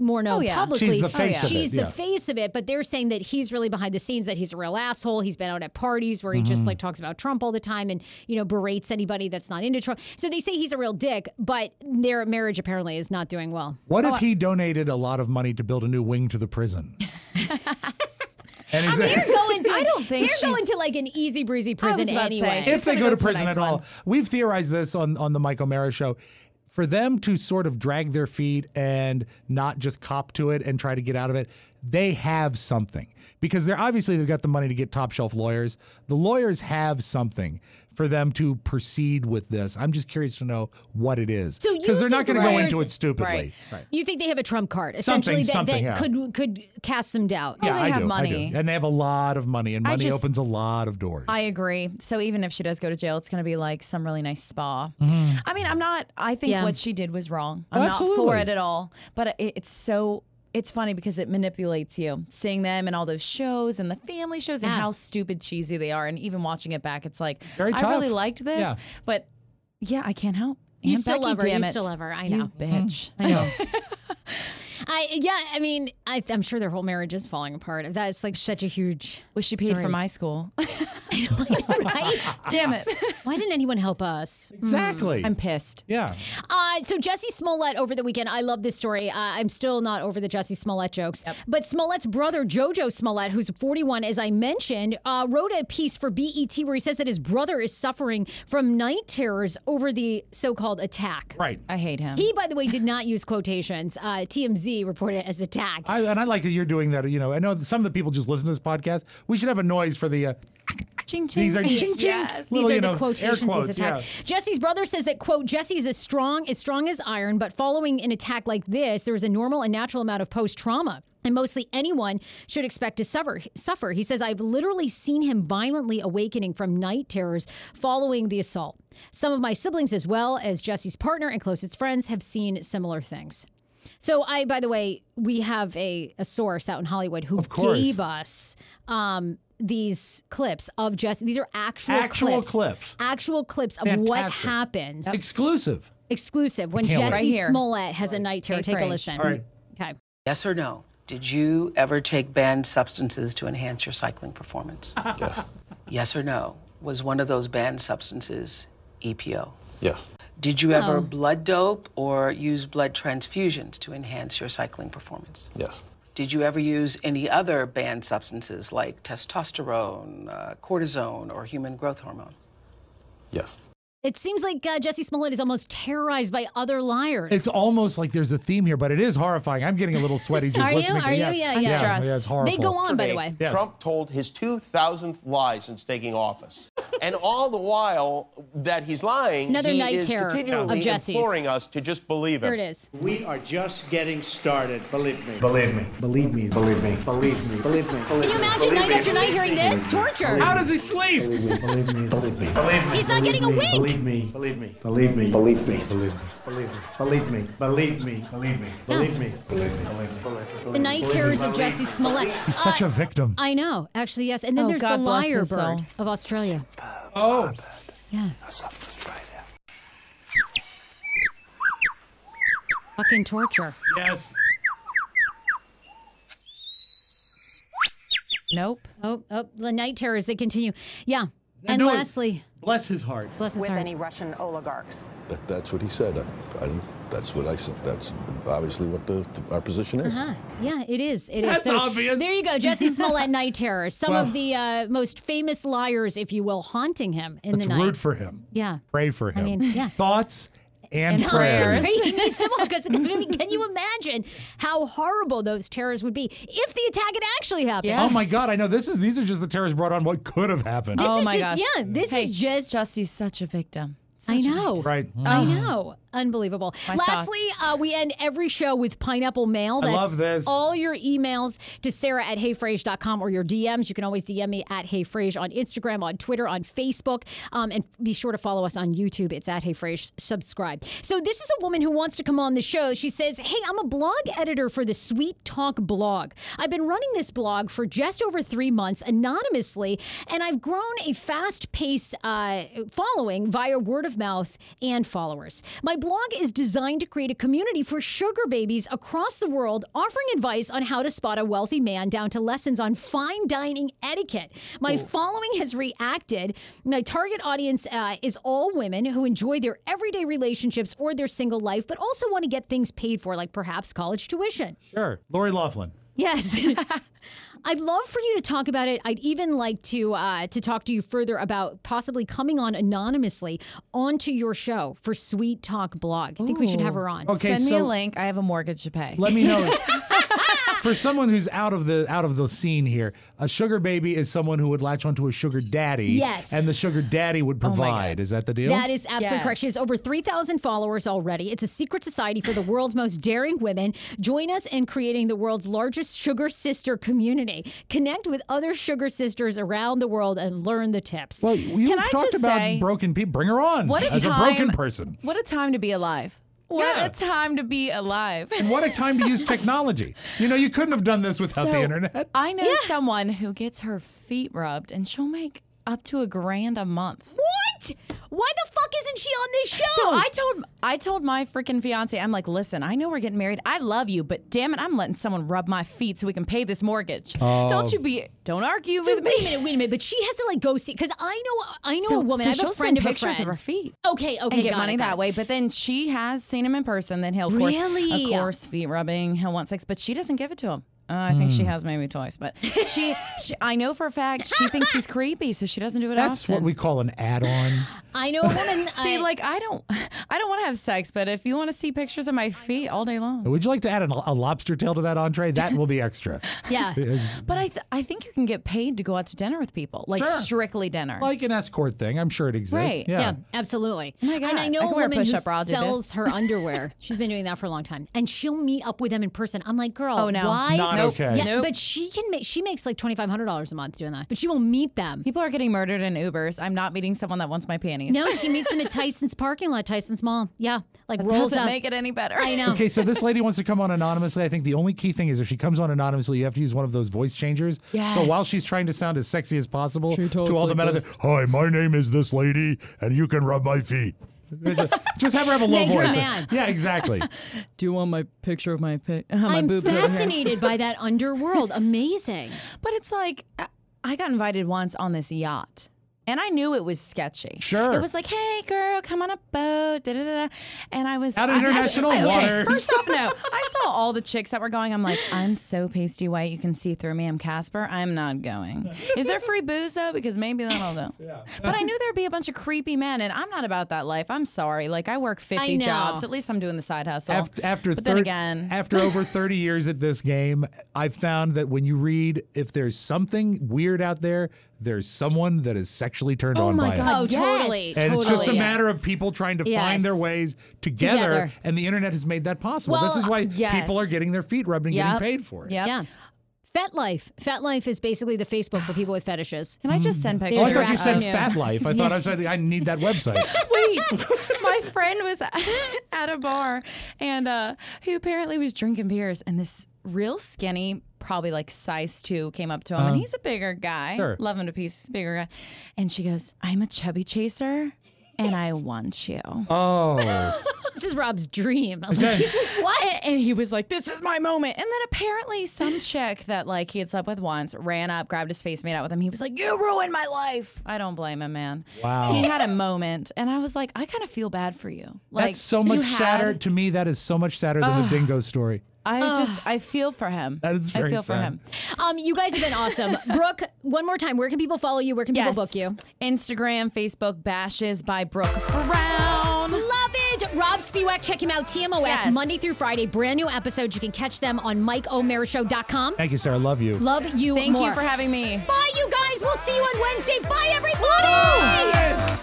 Speaker 1: more known
Speaker 6: Oh, yeah.
Speaker 1: publicly.
Speaker 2: She's the face of
Speaker 1: She's
Speaker 2: it,
Speaker 1: the
Speaker 2: yeah.
Speaker 1: face of it. But they're saying that he's really behind the scenes. That he's a real asshole. He's been out at parties where he
Speaker 2: Mm-hmm.
Speaker 1: just like talks about Trump all the time and you know berates anybody that's not into Trump. So they say he's a real dick. But their marriage apparently is not doing well.
Speaker 2: What if he donated a lot of money to build a new wing to the prison? and is it-
Speaker 1: They're going to.
Speaker 6: I don't think
Speaker 1: they're going
Speaker 6: she's-
Speaker 1: to like an easy breezy prison
Speaker 6: about to say,
Speaker 1: anyway.
Speaker 6: she's
Speaker 2: if they
Speaker 6: gonna
Speaker 2: go to
Speaker 6: go to a
Speaker 2: prison
Speaker 6: nice
Speaker 2: at all.
Speaker 6: one.
Speaker 2: We've theorized this on, on the Michael Mara show. For them to sort of drag their feet and not just cop to it and try to get out of it, they have something because they're obviously they've got the money to get top shelf lawyers. The lawyers have something for them to proceed with this. I'm just curious to know what it is
Speaker 1: So you
Speaker 2: because they're not
Speaker 1: think
Speaker 2: going to
Speaker 1: the
Speaker 2: go
Speaker 1: lawyers-
Speaker 2: into it stupidly.
Speaker 6: Right.
Speaker 1: You think they have a trump card,
Speaker 2: Something,
Speaker 1: essentially that,
Speaker 2: something,
Speaker 1: that
Speaker 2: yeah.
Speaker 1: could could cast some doubt.
Speaker 6: they have
Speaker 2: I do, I
Speaker 6: money.
Speaker 2: do. And they have a lot of money, and money
Speaker 6: just-
Speaker 2: opens a lot of doors.
Speaker 6: I agree. So even if she does go to jail, it's going to be like some really nice spa. I mean, I'm not. I think
Speaker 1: Yeah.
Speaker 6: what she did was wrong. I'm not
Speaker 2: Mm-hmm. Absolutely.
Speaker 6: for it at all. But it, it's so. It's funny because it manipulates you. Seeing them and all those shows and the family shows and
Speaker 1: Yeah.
Speaker 6: how stupid cheesy they are, and even watching it back, it's like
Speaker 2: Very
Speaker 6: I really
Speaker 2: tough.
Speaker 6: liked this,
Speaker 2: Yeah.
Speaker 6: but yeah, I can't help.
Speaker 1: You
Speaker 6: Aunt
Speaker 1: still
Speaker 6: Becky,
Speaker 1: love her.
Speaker 6: Damn
Speaker 1: You
Speaker 6: it.
Speaker 1: still love her. I
Speaker 6: You
Speaker 1: know.
Speaker 6: bitch.
Speaker 2: Mm-hmm.
Speaker 1: I know. I yeah. I mean, I, I'm sure their whole marriage is falling apart. That's like such a huge.
Speaker 6: Wish she paid
Speaker 1: Sorry.
Speaker 6: for my school.
Speaker 1: right?
Speaker 6: Damn it.
Speaker 1: Why didn't anyone help us?
Speaker 2: exactly.
Speaker 6: Mm. I'm pissed.
Speaker 2: yeah.
Speaker 1: Uh, so Jesse Smollett over the weekend. I love this story. Uh, I'm still not over the Jesse Smollett jokes. But Smollett's brother Jojo Smollett, who's 41, as I mentioned, uh, wrote a piece for BET where he says that his brother is suffering from night terrors over the so-called attack.
Speaker 2: Right.
Speaker 6: I hate him.
Speaker 1: He, by the way, did not use quotations. Uh, TMZ reported it as attack.
Speaker 2: I, and I like that you're doing that. You know, I know that some of the people just listen to this podcast. We should have a noise for the. Uh,
Speaker 6: ching ching.
Speaker 2: these are ching ching.
Speaker 6: Yes.
Speaker 2: little,
Speaker 1: These
Speaker 2: you
Speaker 1: are
Speaker 2: know,
Speaker 1: the
Speaker 2: air
Speaker 1: quotations
Speaker 2: quotes,
Speaker 1: he's attacked.
Speaker 2: yeah.
Speaker 1: Jesse's brother says that, quote, Jesse is as strong, as strong as iron, but following an attack like this, there is a normal and natural amount of post trauma. And mostly anyone should expect to suffer. Suffer. He says, I've literally seen him violently awakening from night terrors following the assault. Some of my siblings, as well as Jesse's partner and closest friends, have seen similar things. So I, by the way, we have a, a source out in Hollywood who
Speaker 2: course.
Speaker 1: gave us um, these clips of Jesse. These are actual
Speaker 2: Actual clips.
Speaker 1: actual clips of what
Speaker 2: Fantastic.
Speaker 1: happens.
Speaker 2: Exclusive.
Speaker 1: Exclusive when
Speaker 2: Can't wait.
Speaker 1: Jesse
Speaker 6: Right here.
Speaker 1: Smollett has a night terror.
Speaker 6: Hey,
Speaker 1: Take a
Speaker 6: Paige.
Speaker 1: listen.
Speaker 2: All right.
Speaker 1: Okay.
Speaker 7: Yes or no? Did you ever take banned substances to enhance your cycling performance?
Speaker 8: Yes.
Speaker 7: yes or no? Was one of those banned substances EPO?
Speaker 8: Yes.
Speaker 7: Did you ever blood dope or use blood transfusions to enhance your cycling performance?
Speaker 8: Yes.
Speaker 7: Did you ever use any other banned substances like testosterone, uh, cortisone, or human growth hormone?
Speaker 8: Yes.
Speaker 1: It seems like uh, Jesse Smollett is almost terrorized by other liars.
Speaker 2: It's almost like there's a theme here, but it is horrifying. I'm getting a little sweaty just
Speaker 1: Are you?
Speaker 2: listening to
Speaker 1: Are you?
Speaker 2: Yeah,
Speaker 1: Yeah,
Speaker 2: yeah.
Speaker 1: yeah.
Speaker 2: yeah,
Speaker 6: Stress.
Speaker 2: it's horrible.
Speaker 1: They go on, by the way.
Speaker 9: Yesterday, Trump told his 2,000th lie since taking office. And all the while that he's lying,
Speaker 1: Another
Speaker 9: he
Speaker 1: night
Speaker 9: is
Speaker 1: terror
Speaker 9: continually
Speaker 1: of Jesse's.
Speaker 9: imploring us to just believe him.
Speaker 1: Here it is.
Speaker 10: We are just getting started, believe me.
Speaker 11: Believe me. Believe me. Believe me. Believe me. Believe me.
Speaker 1: Can you imagine night after night hearing this torture?
Speaker 2: How does he sleep?
Speaker 11: Believe me. Believe me. Believe me.
Speaker 1: He's not getting a wink.
Speaker 11: Believe me. Believe me. Believe me. Believe me. Believe me. Believe me. Believe me. Believe me. Believe me. Believe me. Believe me.
Speaker 1: The night terrors of Jesse Smollett. Uh,
Speaker 2: He's such a victim.
Speaker 1: I know, actually, yes. And then
Speaker 6: Oh,
Speaker 1: there's
Speaker 6: God
Speaker 1: the
Speaker 6: bless
Speaker 1: liar
Speaker 6: his soul.
Speaker 1: bird of Australia.
Speaker 2: oh,
Speaker 1: Yeah. Fucking torture.
Speaker 2: yes.
Speaker 6: Nope.
Speaker 1: Oh, oh, the night terrors, they continue. Yeah. And
Speaker 2: no, it-
Speaker 1: lastly,
Speaker 2: Bless his heart.
Speaker 1: bless his heart.
Speaker 7: Russian oligarchs.
Speaker 12: That, that's what he said. I, I, that's what I said. That's obviously what the, our position is.
Speaker 1: Ah, yeah, it is. It is.
Speaker 2: That's
Speaker 1: So
Speaker 2: obvious.
Speaker 1: There you go, Jesse Smollett, Night Terror. Some
Speaker 2: Well-
Speaker 1: of the uh, most famous liars, if you will, haunting him in
Speaker 2: Let's
Speaker 1: the night.
Speaker 2: root for him.
Speaker 1: yeah.
Speaker 2: Pray for him.
Speaker 1: mean, yeah.
Speaker 2: Thoughts and,
Speaker 6: And
Speaker 2: prayers.
Speaker 6: prayers.
Speaker 1: Right? He needs them all because can you imagine how horrible those terrors would be if the attack had actually happened?
Speaker 6: Yeah.
Speaker 2: Oh my God! I know this is. These are just the terrors brought on what could have happened.
Speaker 1: This
Speaker 6: Oh
Speaker 1: is
Speaker 6: my
Speaker 1: just
Speaker 6: gosh.
Speaker 1: yeah. This
Speaker 6: Hey,
Speaker 1: is just
Speaker 6: Jesse's such a victim.
Speaker 1: I know.
Speaker 2: Right.
Speaker 1: I know. Unbelievable.
Speaker 6: My
Speaker 1: Lastly, uh, we end every show with pineapple mail.
Speaker 2: I
Speaker 1: That's
Speaker 2: love this.
Speaker 1: all your emails to Sarah at heyfrage.com or your DMs. You can always DM me at heyfrage on Instagram, on Twitter, on Facebook. Um, and be sure to follow us on YouTube. It's at heyfrage. Subscribe. So this is a woman who wants to come on the show. She says, Hey, I'm a blog editor for the Sweet Talk blog. I've been running this blog for just over three months anonymously, and I've grown a fast paced uh, following via word of mouth and followers. My blog is designed to create a community for sugar babies across the world, offering advice on how to spot a wealthy man down to lessons on fine dining etiquette. My following has reacted. My target audience uh, is all women who enjoy their everyday relationships or their single life, but also want to get things paid for, like perhaps college tuition.
Speaker 2: Sure. Lori Laughlin.
Speaker 1: Yes. I'd love for you to talk about it. I'd even like to uh, to talk to you further about possibly coming on anonymously onto your show for Sweet Talk Blog. I think we should have her on.
Speaker 2: Okay,
Speaker 6: Send me a
Speaker 2: so-
Speaker 6: link. I have a mortgage to pay.
Speaker 2: Let me know. For someone who's out of the out of the scene here, a sugar baby is someone who would latch onto a sugar daddy.
Speaker 1: Yes.
Speaker 2: And the sugar daddy would
Speaker 6: Oh
Speaker 2: provide. is that the deal?
Speaker 1: That is absolutely correct. She has
Speaker 6: Yes.
Speaker 1: over 3,000 followers already. It's a secret society for the world's most daring women. Join us in creating the world's largest sugar sister community. Connect with other sugar sisters around the world and learn the tips.
Speaker 2: Well, you
Speaker 6: Can
Speaker 2: have
Speaker 6: I
Speaker 2: talked
Speaker 6: just
Speaker 2: about
Speaker 6: say-
Speaker 2: broken people. Bring her on
Speaker 6: What a
Speaker 2: as
Speaker 6: time,
Speaker 2: a broken person.
Speaker 6: What a time to be alive. What
Speaker 2: Yeah.
Speaker 6: a time to be alive.
Speaker 2: And what a time to use technology. You know, you couldn't have done this without the
Speaker 6: So, uh,
Speaker 2: internet.
Speaker 6: I know someone who gets her feet rubbed and she'll make up to a grand a month.
Speaker 1: what? Why the fuck isn't she on this show?
Speaker 6: So I told I told my freaking fiance, I'm like, listen, I know we're getting married. I love you, but damn it, I'm letting someone rub my feet so we can pay this mortgage. Don't you be don't argue
Speaker 1: Oh. So
Speaker 6: with
Speaker 1: wait a
Speaker 6: me.
Speaker 1: minute, wait a minute. But she has to like go see because I know I know a woman. I have
Speaker 6: she'll
Speaker 1: a friend
Speaker 6: send
Speaker 1: of a
Speaker 6: pictures
Speaker 1: friend.
Speaker 6: of her feet.
Speaker 1: okay, okay,
Speaker 6: and get
Speaker 1: got
Speaker 6: money
Speaker 1: it, got
Speaker 6: that
Speaker 1: it.
Speaker 6: way. But then she has seen him in person. Then he'll of course,
Speaker 1: Really?
Speaker 6: of course, feet rubbing. He'll want sex, but she doesn't give it to him. Uh, I think she has maybe twice, but she, she, I know for a fact she thinks he's creepy, so she doesn't do it
Speaker 2: That's
Speaker 6: often.
Speaker 2: what we call an add-on.
Speaker 1: I know a woman.
Speaker 6: see.
Speaker 1: I-
Speaker 6: like I don't, I don't want to have sex, but if you want to see pictures of my feet all day long,
Speaker 2: Would you like to add an, a lobster tail to that entree? That will be extra.
Speaker 1: yeah.
Speaker 2: It's
Speaker 6: but I, th- I think you can get paid to go out to dinner with people, like
Speaker 2: Sure.
Speaker 6: strictly dinner.
Speaker 2: like an escort thing. I'm sure it exists.
Speaker 6: Right.
Speaker 2: Yeah.
Speaker 1: Yeah, absolutely.
Speaker 6: Oh God,
Speaker 1: And I know
Speaker 6: I
Speaker 1: a
Speaker 6: can wear a
Speaker 1: woman who
Speaker 6: push-up bra, I'll do this.
Speaker 1: sells her underwear. She's been doing that for a long time, and she'll meet up with them in person. I'm like, girl,
Speaker 6: Oh, no.
Speaker 1: why?
Speaker 2: Not Nope. okay.
Speaker 1: Yeah,
Speaker 6: Nope.
Speaker 1: but she can make. She makes like twenty five hundred dollars a month doing that, but she will meet them.
Speaker 6: people are getting murdered in Ubers. I'm not meeting someone that wants my panties.
Speaker 1: No, she meets them at Tyson's parking lot, Tyson's Mall. Yeah, like rolls
Speaker 6: doesn't
Speaker 1: up.
Speaker 6: make it any better.
Speaker 1: I know.
Speaker 2: Okay, so this lady wants to come on anonymously. I think the only key thing is if she comes on anonymously, you have to use one of those voice changers. So while she's trying to sound as sexy as possible to all the men out there, hi, my name is this lady, and you can rub my feet. It's a- Just have her have a low
Speaker 1: Make her
Speaker 2: voice.
Speaker 1: mad.
Speaker 2: Yeah, exactly.
Speaker 6: Do you want my picture of my pic- my
Speaker 1: I'm
Speaker 6: boobs?
Speaker 1: fascinated by that underworld. Amazing.
Speaker 6: But it's like I- I got invited once on this yacht. And I knew it was sketchy.
Speaker 2: Sure.
Speaker 6: It was like, hey, girl, come on a boat. Da, da, da. da." And I was
Speaker 2: Out
Speaker 6: I was-
Speaker 2: international
Speaker 6: I-
Speaker 2: waters.
Speaker 6: First off, no. I saw all the chicks that were going. I'm like, I'm so pasty white. You can see through me. I'm Casper. I'm not going. Is there free booze, though? Because maybe that'll do. but I knew there'd be a bunch of creepy men, and I'm not about that life. I'm sorry. Like, I work 50
Speaker 1: I know.
Speaker 6: jobs. At least I'm doing the side hustle.
Speaker 2: After, after,
Speaker 6: but then
Speaker 2: thir-
Speaker 6: again,
Speaker 2: after over 30 years at this game, I've found that when you read, if there's something weird out there, there's someone that is sexually turned on by it.
Speaker 1: Oh,
Speaker 6: yes.
Speaker 1: totally.
Speaker 2: And
Speaker 1: totally.
Speaker 2: it's just a matter of people trying to find their
Speaker 1: Yes.
Speaker 2: ways together,
Speaker 1: Together.
Speaker 2: and the internet has made that possible. this
Speaker 6: Well, uh,
Speaker 2: is why
Speaker 6: yes.
Speaker 2: people are getting their feet rubbed and
Speaker 6: Yep.
Speaker 2: getting paid for it.
Speaker 6: Yep.
Speaker 1: Yeah. Fat Life. Fat Life is basically the Facebook for people with fetishes.
Speaker 6: Can I just send pictures?
Speaker 2: Oh, I thought you
Speaker 6: of-
Speaker 2: said Fat Life. I thought I said I need that website.
Speaker 6: Wait, my friend was at a bar and uh, he apparently was drinking beers, and this real skinny, probably like size two, came up to him, and he's a bigger guy.
Speaker 2: Uh-huh. Sure.
Speaker 6: Love him to pieces, he's a bigger guy. And she goes, I'm a chubby chaser. And I want you.
Speaker 2: Oh,
Speaker 1: This is Rob's dream. I'm like, he's like, what?
Speaker 6: And, and he was like, This is my moment. And then apparently, some chick that like he had slept with once ran up, grabbed his face, made out with him. He was like, You ruined my life. I don't blame him, man.
Speaker 2: Wow.
Speaker 6: He had a moment. And I was like, I kind of feel bad for you. Like,
Speaker 2: that's so
Speaker 6: you
Speaker 2: much
Speaker 6: had-
Speaker 2: sadder to me. That is so much sadder than the dingo story.
Speaker 6: I just, I feel for him.
Speaker 2: That is
Speaker 6: I
Speaker 2: very
Speaker 6: feel for
Speaker 2: sad.
Speaker 6: him.
Speaker 1: Um, you guys have been awesome. Brooke, one more time. Where can people follow you? Where can people book you?
Speaker 6: Instagram, Facebook, Bashes by Brooke Brown.
Speaker 1: Love it. Rob Spiewak, check him out. TMOS,
Speaker 6: Yes.
Speaker 1: Monday through Friday. Brand new episodes. You can catch them on MikeOmerishow.com.
Speaker 2: Thank you, Sarah. Love you.
Speaker 1: Love you
Speaker 6: Thank
Speaker 1: more.
Speaker 6: you for having me.
Speaker 1: Bye, you guys. We'll see you on Wednesday. Bye, everybody.
Speaker 3: Podcast.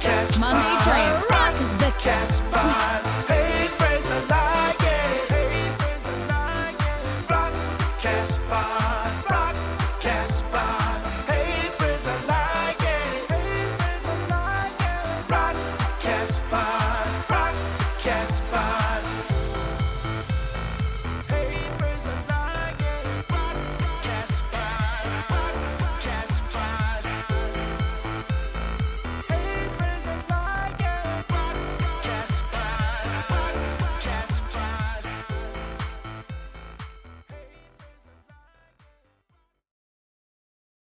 Speaker 3: Casbah.
Speaker 1: Monday train. Rock the Casbah.